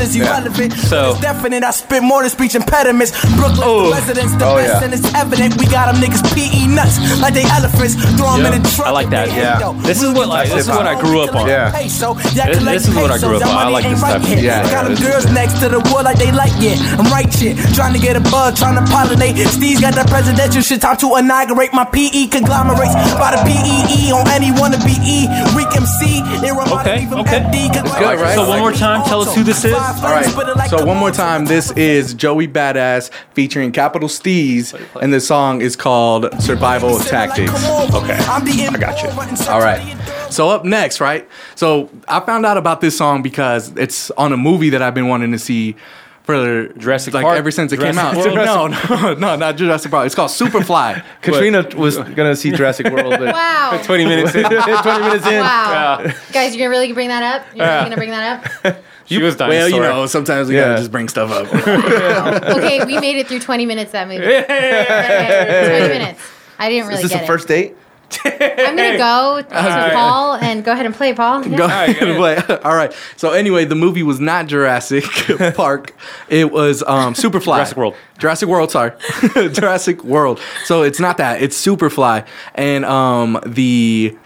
it? as you Yeah. relevant. So- It's definite. I spit more than speech impediments. Brooklyn Oh. residents, the Oh, best, yeah. and it's evident. We got them niggas PE nuts like they elephants. Throw 'em Yeah. in a truck. I like that. Yeah. This is what, like, this is what I grew up on. Yeah. This- this is what I grew up on. I like this type of- yeah, yeah, Got them this is girls next to the wall like they like it. I'm right shit, trying to get a bug, trying to pollinate. Steve's got that presidential shit, time to inaugurate my PE conglomerates. By the PEE E on any E. one of BE, weak MC. It reminds Oh. Okay, me of okay. MD, It's good, conglomerate. right? So one more time, tell us who this is. All right. So one more time, this is Joey Badass featuring Capital Steez, and the song is called "Survival Tactics." Okay, I got you. All right. So up next, right? So I found out about this song because it's on a movie that I've been wanting to see for Jurassic like Park? ever since it came out. Jurassic No, no, no, not Jurassic Park. It's called Superfly. Katrina was gonna see Jurassic World, but Wow. 20 minutes in. twenty minutes in, Wow. Guys, you're going to really bring that up? You're really going to bring that up? She was dinosaur. Well, you know, sometimes we gotta Yeah. just bring stuff up. Okay, we made it through 20 minutes that movie. Okay, 20 minutes. I didn't really is this get a first date? it. I'm going to go to Paul and go ahead and play Paul. Yeah. Go ahead. and play. all right. So anyway, the movie was not Jurassic Park. It was um, Superfly. Jurassic World. Jurassic World. Sorry, Jurassic World. So it's not that. It's Superfly, and um, the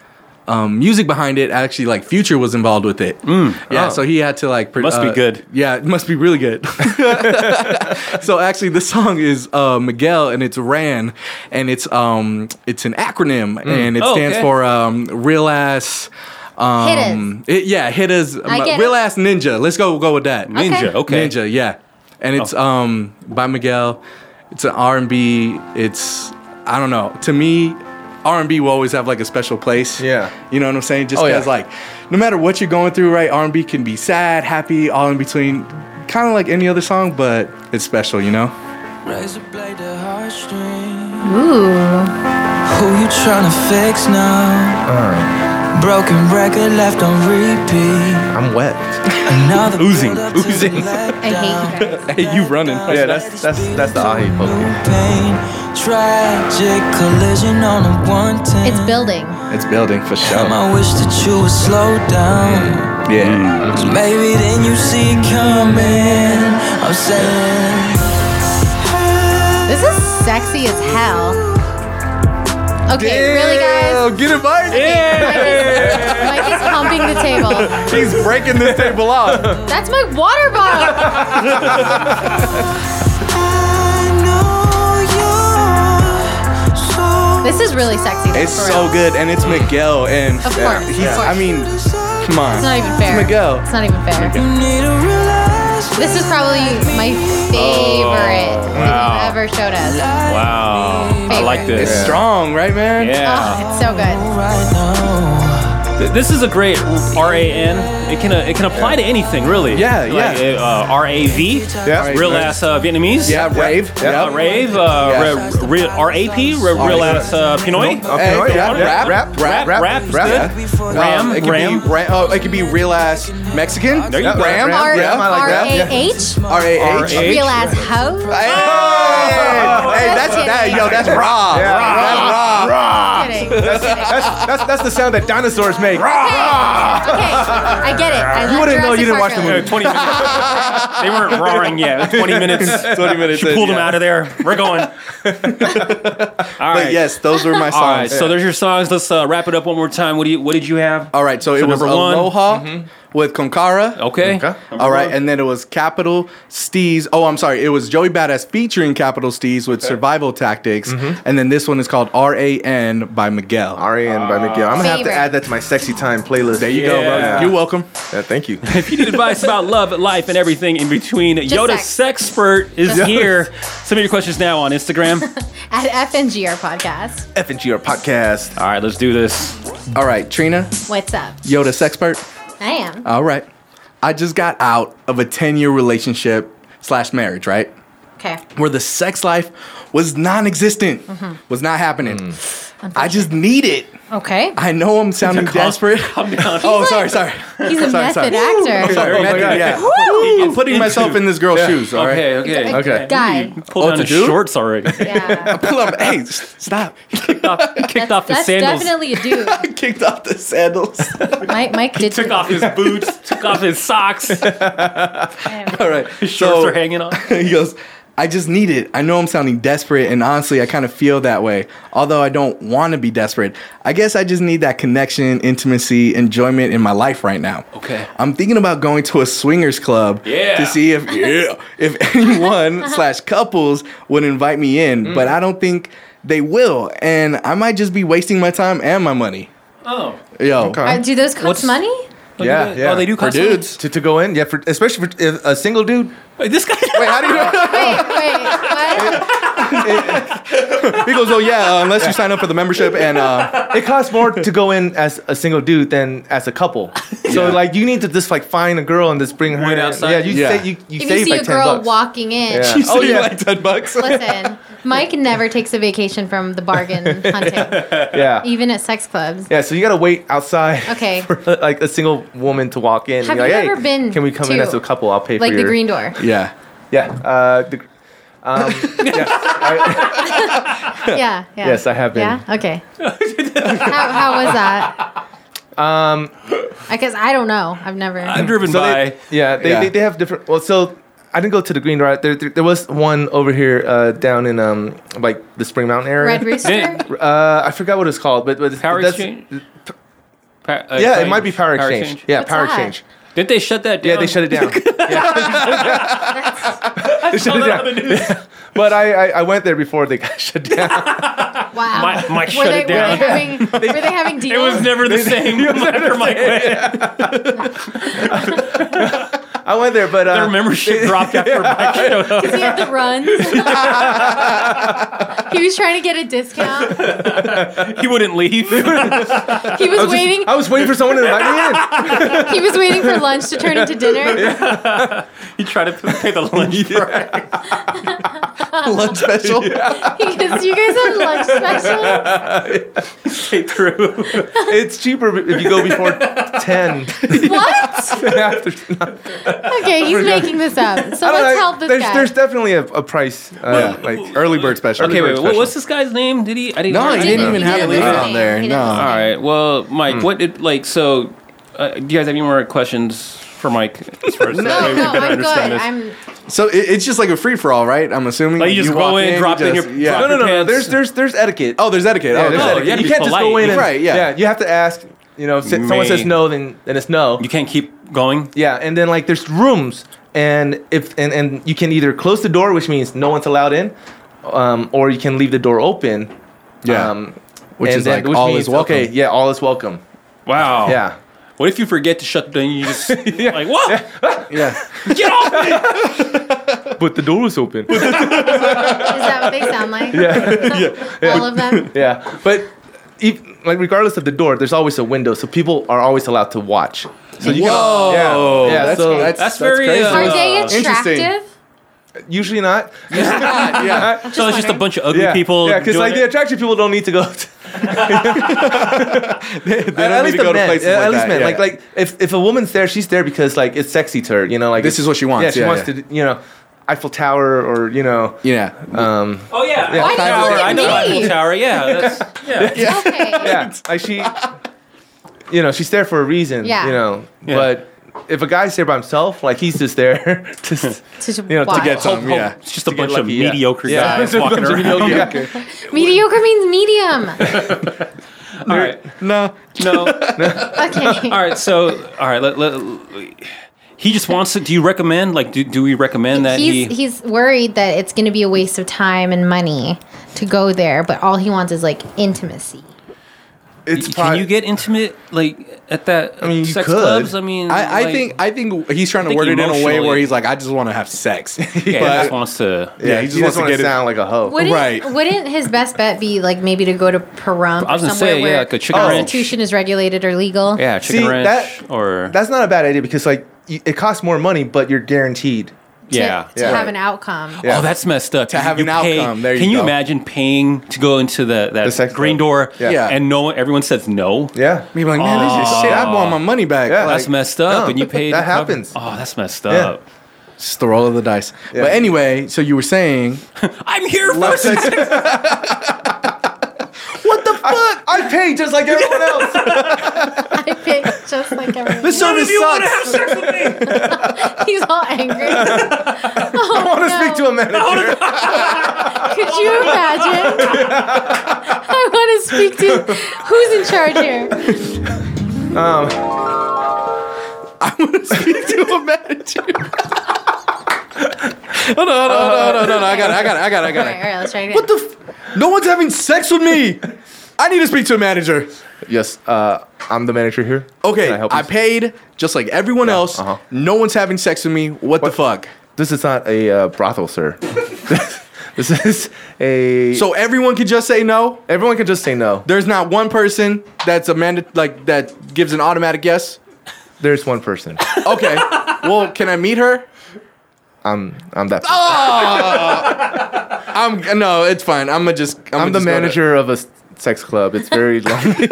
um, music behind it actually like Future was involved with it. yeah. Oh. So he had to like pr- uh, Must be good. Yeah, it must be really good. so actually, this song is uh, Miguel, and it's Ran, and it's um, it's an acronym, and it Oh, stands okay. for um, real ass. Hit us. Um, it, yeah, hit us. I my- get real it. ass ninja. Let's go go with that. Ninja, okay. Ninja, yeah. And it's um by Miguel. It's an R and B. It's I don't know. To me, R and B will always have like a special place. Yeah. You know what I'm saying? Just Oh, yeah. because like no matter what you're going through, right? R and B can be sad, happy, all in between. Kind of like any other song, but it's special, you know. Ooh. Who you trying to fix now? Broken record left on repeat. I'm wet. Another Oozing, build-up to the oozing. I hate you letdown. guys. Hey, you running? Yeah, that's that's that's the ahi poke. Pain, tragic collision on a one ten. It's building. It's building for sure. I wish that you would slow down. Yeah. Maybe then you see it coming. I'm saying. This is sexy as hell. Okay, really, guys? Damn, Get invited. Mike is pumping the table. He's breaking this table off. That's my water bottle. I know you're so This is really sexy. though, It's for so real. good, and it's Miguel, and Of yeah, course, he's. of course. I mean, come It's on. not even fair. Miguel. It's not even fair. You need to realize This is probably my favorite Oh, thing wow. you've ever showed us. Wow. I like this. It's strong, right, man? Yeah. Oh, it's so good. right now. Th- This is a great R A N. It can uh, it can apply to anything really. Yeah, Like, yeah. uh, R A V. Yeah. Real ass uh, Vietnamese. Yeah, rave. Uh, Yeah. rave. Uh, Yeah. re- re- R A P. Re- real ass uh, Pinoy. Hey, Okay, yeah, yeah, rap, rap, rap, rap, rap, is rap. good. Before Ram, It could ram. be ram. Oh, it could be real ass Mexican. There you go. Ram. R Yeah, I like R that. A H. R A H. R-A-H. Real ass hoe. Hey, hey, that's that, yo, that's raw. That's raw. Kidding. Kidding. Okay. That's, that's that's the sound that dinosaurs make. okay, I get it. I you wouldn't know, you didn't watch the Uh, 20 minutes. they weren't roaring yet. 20 minutes. 20 minutes. She in, pulled them yeah. out of there. We're going. All right. But yes, those were my songs. All right. So there's your songs. Let's uh, wrap it up one more time. What do you? What did you have? All right, so, it was number one. Aloha with Konkara. Okay. Okay. All right, and then it was Capital Steez. Oh, I'm sorry, it was Joey Badass featuring Capital Steez with Survival Tactics, Mm-hmm. and then this one is called R A N by Miguel. Arian by Miguel. I'm gonna have to Favorite. add that to my sexy time playlist. There You go, bro. You're welcome. Yeah, thank you. If you need advice about love, life, and everything in between, Yoda sex. Sexpert is here. Submit your questions now on Instagram. At FNGR podcast. FNGR podcast. All right, let's do this. All right, Trina, What's up? Yoda sexpert. I am. All right, I just got out of a 10 year relationship slash marriage, right? Okay. Mm-hmm. Mm. Where the sex life was non existent, was not happening. I just need it. Okay. I know I'm sounding desperate. oh, He's sorry, like- sorry. He's a Sorry, sorry. method actor. Sorry, Oh my method, God. yeah. He I'm gets putting into- myself in this girl's Yeah. shoes. All right. Okay, okay. Okay. Guy. Pulled Oh, down to his do? shorts already. Yeah. Pull up. Hey, s- stop. Kicked off- kicked off his That's sandals. definitely a dude. Kicked off the sandals. Mike, Mike did. Took off his boots. took off his socks. His shorts All right. are hanging on. he goes, I just need it. I know I'm sounding desperate, and honestly, I kind of feel that way. Although I don't want to be desperate, I guess I just need that connection, intimacy, enjoyment in my life right now. Okay. I'm thinking about going to a swingers club Yeah. to see if yeah, if anyone slash couples would invite me in, but Mm. I don't think they will, and I might just be wasting my time and my money. Oh. Yo, Uh, do those cost What's- money? Yeah, yeah. Oh, they do for cost money? dudes. To, to go in, yeah, for, especially for if a single dude. Wait, This guy. Wait, how do you know? Wait, wait, what? He goes, oh yeah, uh, unless you sign up for the membership and. Uh, It costs more to go in as a single dude than as a couple. So like, you need to just like find a girl and just bring her. Wait in. outside? Yeah, you Yeah. save you, you If you save see like a ten girl bucks. walking in, Yeah. oh, yeah. like ten bucks. listen, Mike never takes a vacation from the bargain hunting, yeah. even at sex clubs. Yeah, so you gotta wait outside Okay. for like a single woman to walk in. and Have be like, you "Hey, ever been Can we come in to, as a couple? I'll pay Like for the your-" green door. Yeah. Yeah. Uh, the, um, yeah. I- Yeah, yeah. Yes, I have been. Yeah, okay. how, how was that? Um, I guess I don't know. I've never. I'm driven so by. they, yeah, they, Yeah. They, they have different. Well, so I didn't go to the green door. There, there, there was one over here uh, down in um like the Spring Mountain area. Red Rooster. Then- Uh, I forgot what it's called, but, but Power that's- exchange? Pa- uh, Yeah, it exchange. might be power, exchange. Yeah, What's power that? exchange. Didn't they shut that down? Yeah, they shut it down. Yeah. They shut it down. But I, I, I went there before they got shut down. Wow. Mike- Mike shut were they, it Were down. they having, were they having It deals? was never the same after Mike went. I went there, but uh, Their membership dropped after Mike showed up. Does he have the runs? he was trying to get a discount. He wouldn't leave. He was, I was, just- waiting. I was waiting for someone to invite me in. he was waiting for lunch to turn into dinner. he tried to pay the lunch price. Lunch special. Because you guys had lunch special. Stay through. It's cheaper if you go before ten. What? After, Okay, he's making this up. So let's help this there's, guy. there's definitely a, a price, uh, like early bird special. Okay, wait. Early bird What, special. what's this guy's name? Did he? I didn't. No, hear he his didn't name. even He have a didn't lead listen. on there. He No. didn't All right. Well, Mike, what did like so? Uh, do you guys have any more questions for Mike? As far as no, Maybe we Oh, no, better I'm good. understand this. I'm So it, it's just like a free for all, right? I'm assuming. Like, you just go walk in, drop you in just- your- yeah. No, drop no, no, no. Pants. There's there's there's etiquette. Oh, there's etiquette. yeah, oh, there's no, etiquette. You, you have to be can't just go polite. in and Right, yeah. You have to ask. You know, if someone says Man. no, then then it's no. you can't keep going. Yeah, and then like there's rooms, and if and and you can either close the door, which means no one's allowed in, um, or you can leave the door open. Yeah. Um, Which and is like, all is welcome. Okay, yeah, all is welcome. Wow. Yeah. What if you forget to shut down? You just like whoa, yeah. get off me! But the door was open. Is that what they sound like? Yeah. All of them? yeah, but e like regardless of the door, there's always a window, so people are always allowed to watch. So you Whoa. Can, yeah, yeah. That's, so that's, That's that's very, Crazy. uh, Are they interesting. attractive? usually not. yeah. so it's just a wondering. bunch of ugly yeah, people. Yeah, because doing like it? the attractive people don't need to go. To, They don't at need least to go the men. to places at like least that. men. Yeah. Like like if if a woman's there, she's there because like it's sexy to her. You know, like This it's- is what she wants. Yeah, she Yeah, wants yeah. to you know Eiffel Tower or you know yeah. um Oh yeah, Why Eiffel Tower. did you look at I know me? Eiffel Tower. Yeah, that's, yeah. Okay. yeah like she you know she's there for a reason. Yeah. You know, Yeah. but. If a guy's there by himself, like he's just there, just Such a you know, to wild- get Some, yeah. It's just a To get bunch of lucky, yeah. mediocre Yeah. guys It's a walking bunch of around. mediocre- Mediocre means medium. All right, No. no, Okay. all right. So, all right. Let, let, he just wants to. Do you recommend? Like, do, do we recommend that He's he? he's worried that it's going to be a waste of time and money to go there, but all he wants is like intimacy. It's can probably, you get intimate like at that? I mean, you sex could. clubs. I mean, I, I like, think I think he's trying to think word it in a way where emotionally- he's like, I just want to have sex. yeah, he But- just wants to. yeah, he just wants to wanna get it. sound like a hoe. Wouldn't, Right. Wouldn't his best bet be like maybe to go to Pahrump I was or gonna somewhere say, yeah, where like a chicken ranch. prostitution is regulated or legal? Yeah, chicken See, ranch that- or That's not a bad idea because like y- it costs more money, but you're guaranteed to, Yeah. to Yeah. have an outcome. Yeah. Oh, that's messed up. To have an outcome, there you can you go. imagine paying to go into the that The sex green club. door? Yeah. Yeah. And no, one- everyone says no. Yeah. Me be like, man, this is shit. I want my money back. Yeah. Like, That's messed up. no, and you paid. that to cover- happens. Oh, that's messed up. just the roll of the dice. Yeah. But anyway, so you were saying, I'm here for love sex. What the fuck? I pay just like everyone else. I pick just like everyone. else. service sucks. He's all angry. I I want to speak to a manager. Could you imagine? I want to speak to who's in charge here. I want to speak to a manager. hold on, hold on, hold on, hold on. I got it, I got it, I got it, I All got right, all it. right, let's try it again. What the? F- no one's having sex with me. I need to speak to a manager. yes, uh, I'm the manager here. Okay, Can I help you? I, paid just like everyone else. uh-huh. No one's having sex with me. What, the fuck? This is not a uh, brothel, sir. this is a. So everyone can just say no. everyone can just say no. There's not one person that's a man like that gives an automatic yes. There's one person. Okay. well, can I meet her? I'm I'm that. person. I'm no, it's fine. I'm gonna just. I'm, I'm gonna the just go to- manager of a s- sex club. It's very lonely.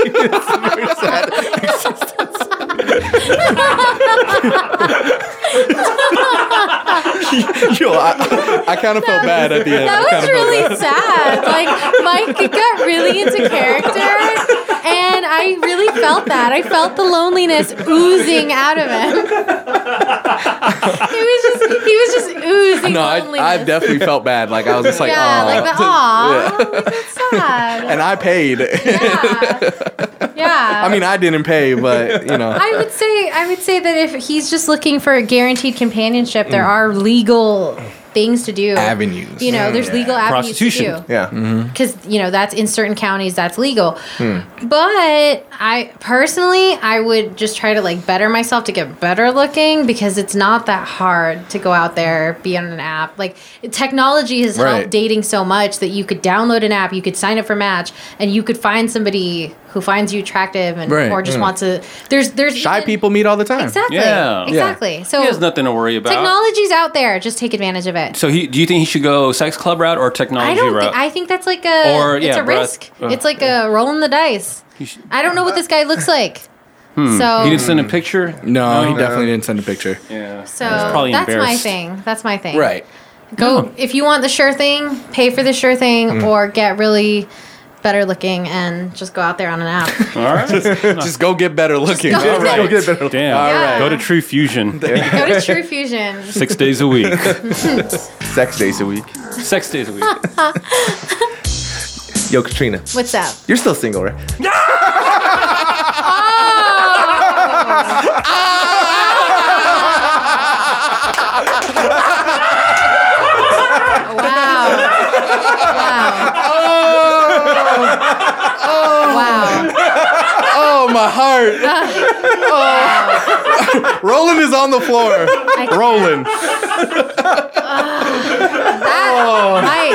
Yo, I, I kind of felt bad at the end. I That was kinda felt really sad. Like Mike got really into character, and I really felt that. I felt the loneliness oozing out of him. he was just he was just oozing No, loneliness. I, I definitely felt bad. Like I was just like, yeah, oh, like the aw, like that's sad. and I paid. Yeah, yeah. I mean, I didn't pay, but you know, I would say I would say that if he's just looking for guaranteed companionship, there are legal things to do. Mm. Avenues. You know, there's legal avenues to Prostitution. do. yeah. because you know that's in certain counties that's legal Hmm. but i personally i would just try to like better myself to get better looking because it's not that hard to go out there be on an app like technology has Right. helped dating so much that you could download an app you could sign up for match and you could find somebody who finds you attractive and Right. or just Hmm. wants to there's there's shy even- people meet all the time. exactly Yeah. exactly so He has nothing to worry about. technology's out there just take advantage of it So he, do you think he should go sex club route or I technology don't. route? Think, I think that's like a. Or, it's yeah, a breath- risk. uh, it's like a rolling the dice. should- I don't know what this guy looks like. So, Hmm. he didn't send a picture. No, he definitely didn't send a picture. Yeah. so probably that's my embarrassed. Oh. thing. That's my thing. Right. Go if you want the sure thing. Pay for the sure thing, Hmm. or get really better looking and just go out there on an app. All right. Just go get better looking. go All get right. Get better. Damn. Yeah. Go to True Fusion go to True Fusion. six days a week. Sex days a week. Sex days a week. Yo, Katrina, What's up? you're still single, right? Wow. Wow. Wow. Oh, my heart. Oh. Roland is on the floor. Roland. That, Mike.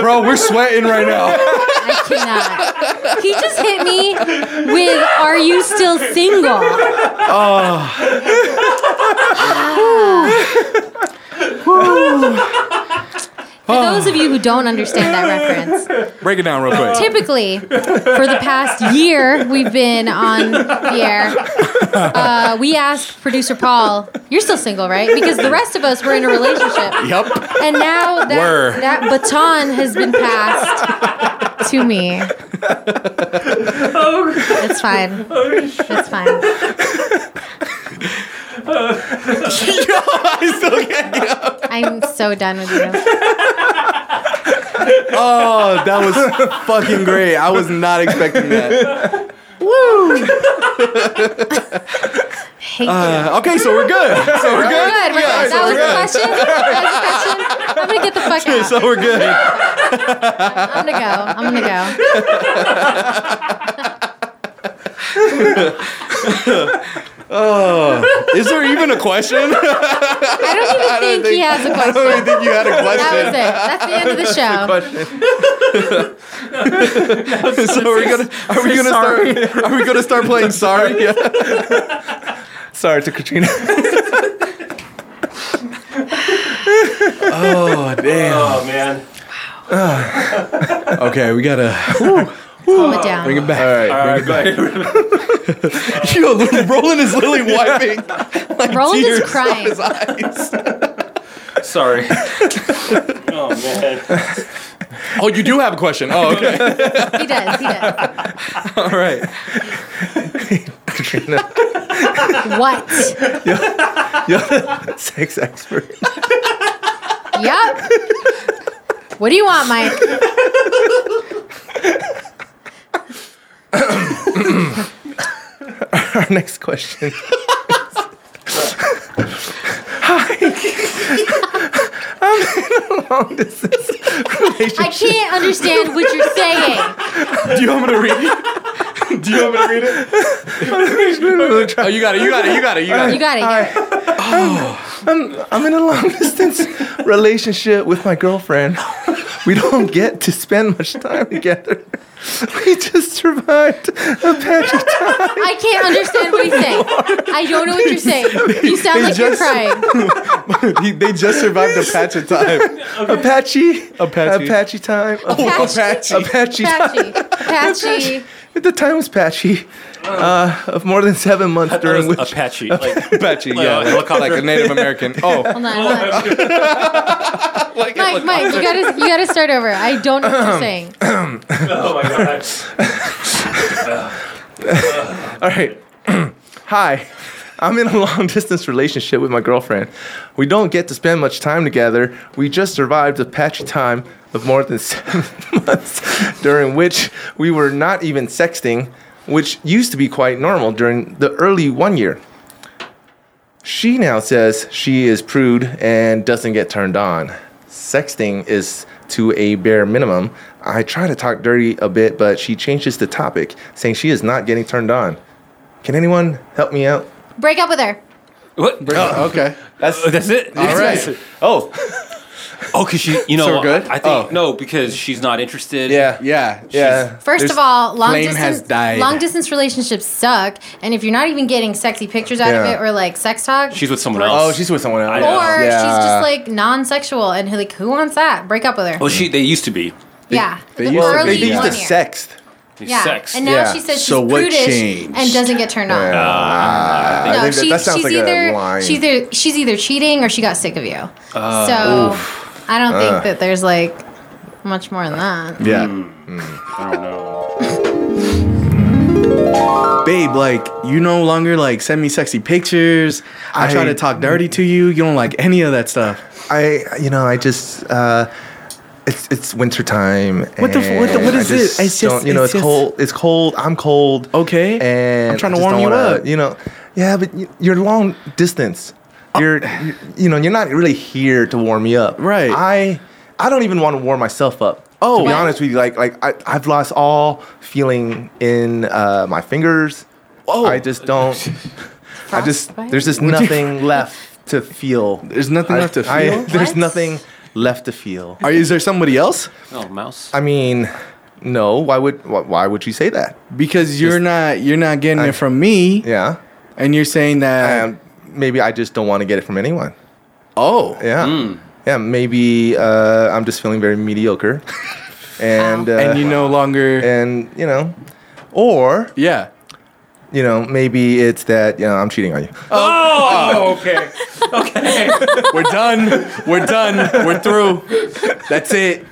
Bro, we're sweating right now. I cannot. He just hit me with "Are you still single?" Oh. For those of you who don't understand that reference, Break it down real quick. typically for the past year we've been on the air, uh, we asked producer Paul, "You're still single, right?" Because the rest of us were in a relationship, Yep. and now that, Were. that baton has been passed to me. It's fine. It's fine. I'm so done with you. Oh, that was fucking great. I was not expecting that. Hate Uh, okay, so we're good. So we're you. good. Good. we're Yeah, good. That was the question. That was the question. I'm gonna get the fuck out. So we're good. I'm gonna go. I'm gonna go. Is there even a question? I I don't even think, he has a question. don't even think you had a That was it. question. That's the end of the show. so are we gonna are we gonna start are we gonna start playing sorry? Yeah. Sorry to Katrina. Oh man. Okay, we gotta Calm it down. bring it back. All right. All right, go ahead. Yo, look, Roland is literally wiping like Roland is tears crying. from his eyes. Sorry. Oh man. Oh, you do have a question. Oh, okay. He does. He does. All right. Katrina, What? sex expert. Yup. What do you want, Mike? Our next question. I can't understand what you're saying. Do you want me to read it? Do you want me to read it? Oh, you got it. You got it. You got it. Oh. You got You it. got it. Hi. I'm, I'm in a long distance relationship with my girlfriend. We don't get to spend much time together. We just survived a patch of time. I can't understand what he's saying. I don't know what you're saying. You sound they like you're just- crying. He, they just survived a patch of time. Apache. Apache. Oh, Apache time. Apache. Apache. time. Patchy. Patchy. At the time was patchy. Oh. Uh, of more than seven months during which Apache. Like, Apache, yeah, a like, helicopter. like a Native American. Oh, Hold on. Hold on. like, Mike, Mike, you gotta, you gotta start over. I don't know what you're saying. oh my god. All right. Hi. I'm in a long distance relationship with my girlfriend. We don't get to spend much time together. We just survived a patchy time of more than seven months during which we were not even sexting, which used to be quite normal during the early one year. She now says she is prude and doesn't get turned on. Sexting is to a bare minimum. I try to talk dirty a bit, but she changes the topic, saying she is not getting turned on. Can anyone help me out? Break up with her. What? oh, okay. That's Oh, that's it. All right. Oh, Oh, because she, you know, So we're good? I, I think Oh. no, because she's not interested. yeah, yeah, yeah. First There's- of all, long flame distance has died. long distance relationships suck, and if you're not even getting sexy pictures out Yeah. of it or like sex talk, She's with someone else. oh, she's with someone else. know. or she's Yeah. just like non-sexual, and who- like who wants that? Break up with her. Well, she. They used to be. yeah, they The used to- early Oh, they used one to year. sext. Yeah, Sex. and now Yeah. she says she's So what prudish changed? and doesn't get turned on. Ah. I No, think that- she, that sounds she's like a either line. she's either she's either cheating or she got sick of you. so I don't Uh. think that there's like much more than that. yeah. I don't know. babe, like you no longer like send me sexy pictures. I, try I- to talk dirty to you. You don't like any of that stuff. I, you know, I just, uh, it's it's winter time. What the f- what the- what is it? It's It's just- just, don't- you know, it's it's, just- cold. It's cold. I'm cold. Okay. and I'm trying I to just warm don't you wanna, up. You know, yeah, but y- you're long distance. Uh, You're, you- you know, you're not really here to warm me up. Right. I, I don't even want to warm myself up. Oh, to be Wow. honest with you, like like I, I've lost all feeling in uh, my fingers. Oh. I just don't. I just Frostbite? there's just nothing left to feel. There's nothing left to feel? there's What? nothing left to feel. Are is there somebody else? Oh, mouse. I mean, no. Why would wh- why would you say that? Because you're not you're not getting it from me, Yeah. and you're saying that. Um, maybe I just don't want to get it from anyone. oh, Yeah. Yeah. Maybe uh, I'm just feeling very mediocre, and uh, and you no longer. and you know, or yeah. you know, maybe it's that you know I'm cheating on you. Oh, okay. We're done. We're done. We're through. That's it.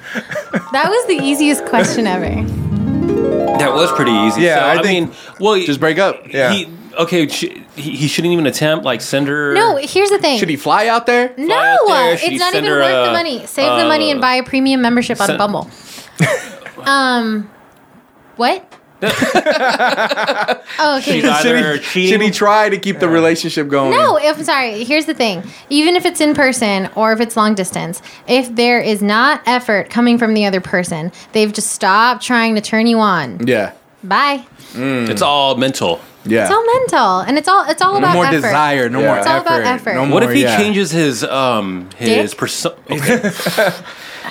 That was the easiest question ever. That was pretty easy. Yeah, so, I I, think- mean, well, Just break up. Yeah. He, okay, she, he, he shouldn't even attempt. Like, send her. No, here's the thing. Should he fly out there? fly no, out there? Should he it's not send even her worth a- the money. Save the money uh, and buy a premium membership on send- Bumble. um, what? oh, okay. She's either Should he cheating. try to keep the relationship going? No, if, I'm sorry. Here's the thing. Even if it's in person or if it's long distance, if there is not effort coming from the other person, they've just stopped trying to turn you on. Yeah. Bye. It's all mental. Yeah. It's all mental, and it's all it's all No about more effort. desire. No Yeah. more It's all effort. about effort. No more, What if he yeah. changes his um his Dick? persona? Okay.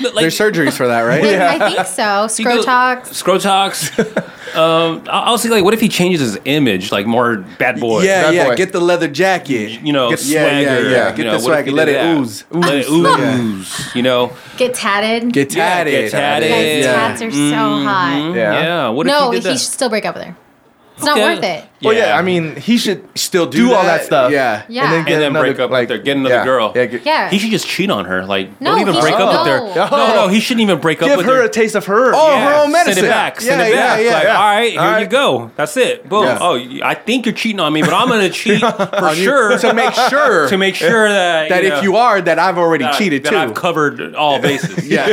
like, There's surgeries for that, right? Like, I think so. he goes- Scrotox. Scrotox. um, I I was thinking, like, what if he changes his image, like more bad boy? Yeah, Bad yeah. boy. Get the leather jacket. You know, Get the- swagger. Yeah, yeah, yeah. you Get know, the what if swagger. he Let did it that? ooze. Let it Yeah. ooze. You know. Get tatted. Get Yeah, tatted. Mm-hmm. get tatted. Guys, Yeah. tats are so hot. Yeah. Yeah. What if No, he, he did that? should still break up with her. It's not Okay. worth it. Well, yeah. I mean, he should Still do, do, all that stuff. Yeah. Yeah. And then break up with her, get another yeah, girl. Yeah, get, Yeah. He should just cheat on her. Like, No, don't even he break should- up with no. her. No, no, he shouldn't even break up give with her her. a taste of her. Oh, her own medicine. Send it back. Send Yeah, it back. yeah, yeah, like, yeah. all right, here All you right. go. That's it. Boom. Yeah. Oh, you- I think you're cheating on me, but I'm gonna cheat for sure To make sure to make sure that that know, if you are, that I've already that I- cheated that too. I've covered all bases. yeah.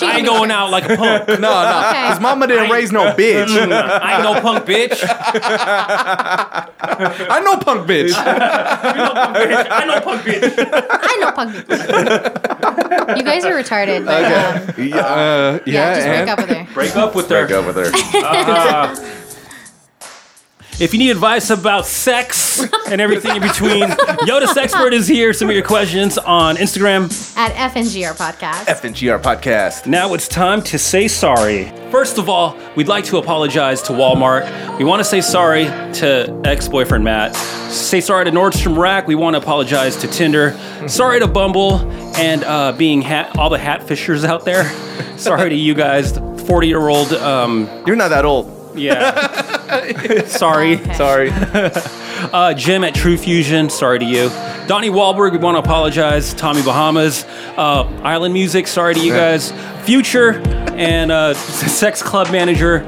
I ain't going out like a punk. No, no. Okay. His mama I didn't ain't- raise no bitch. I ain't no punk bitch. I know punk bitch. I know punk bitch. I know punk people. you guys are retarded. But, um, Yeah, uh, yeah, just break and- up with her. Break up with her. break up with her. If you need advice about sex and everything in between, Yoda Sexpert is here. Submit your questions on Instagram. At FNGR Podcast. FNGR podcast. Now it's time to say sorry. First of all, we'd like to apologize to Walmart. We want to say sorry to ex boyfriend Matt. Say sorry to Nordstrom Rack. We want to apologize to Tinder. Sorry to Bumble and uh, being hat- all the hat fishers out there. Sorry to you guys, 40 year old. Um, You're not that old. yeah. sorry. Okay. Sorry. Uh, Jim at True Fusion, sorry to you. Donnie Wahlberg, we want to apologize. Tommy Bahamas, uh, Island Music, sorry to you guys. Future and uh, Sex Club Manager,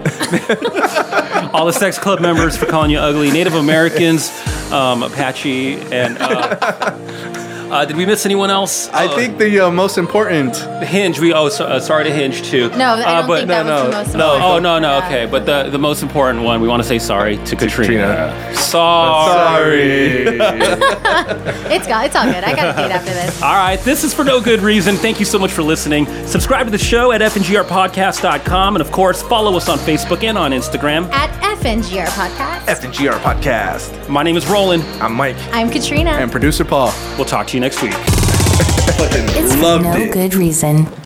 all the Sex Club members for calling you ugly. Native Americans, um, Apache, and. Uh, uh, did we miss anyone else? I Uh, think the uh, most important. Hinge. We oh, so, uh, sorry to Hinge too. No, I Uh, don't think that was the most no, important. oh no, no, Yeah. okay. But the the most important one, we want to say sorry to Katrina. Katrina. Sorry. It's, go- it's all good. I got a date after this. All right, this is for no good reason. Thank you so much for listening. Subscribe to the show at fngrpodcast.com. And of course, follow us on Facebook and on Instagram. At FNGR Podcast. FNGR podcast. My name is Roland. I'm Mike. I'm Katrina. and producer Paul. We'll talk to you next week. It's for Loved no it. good reason.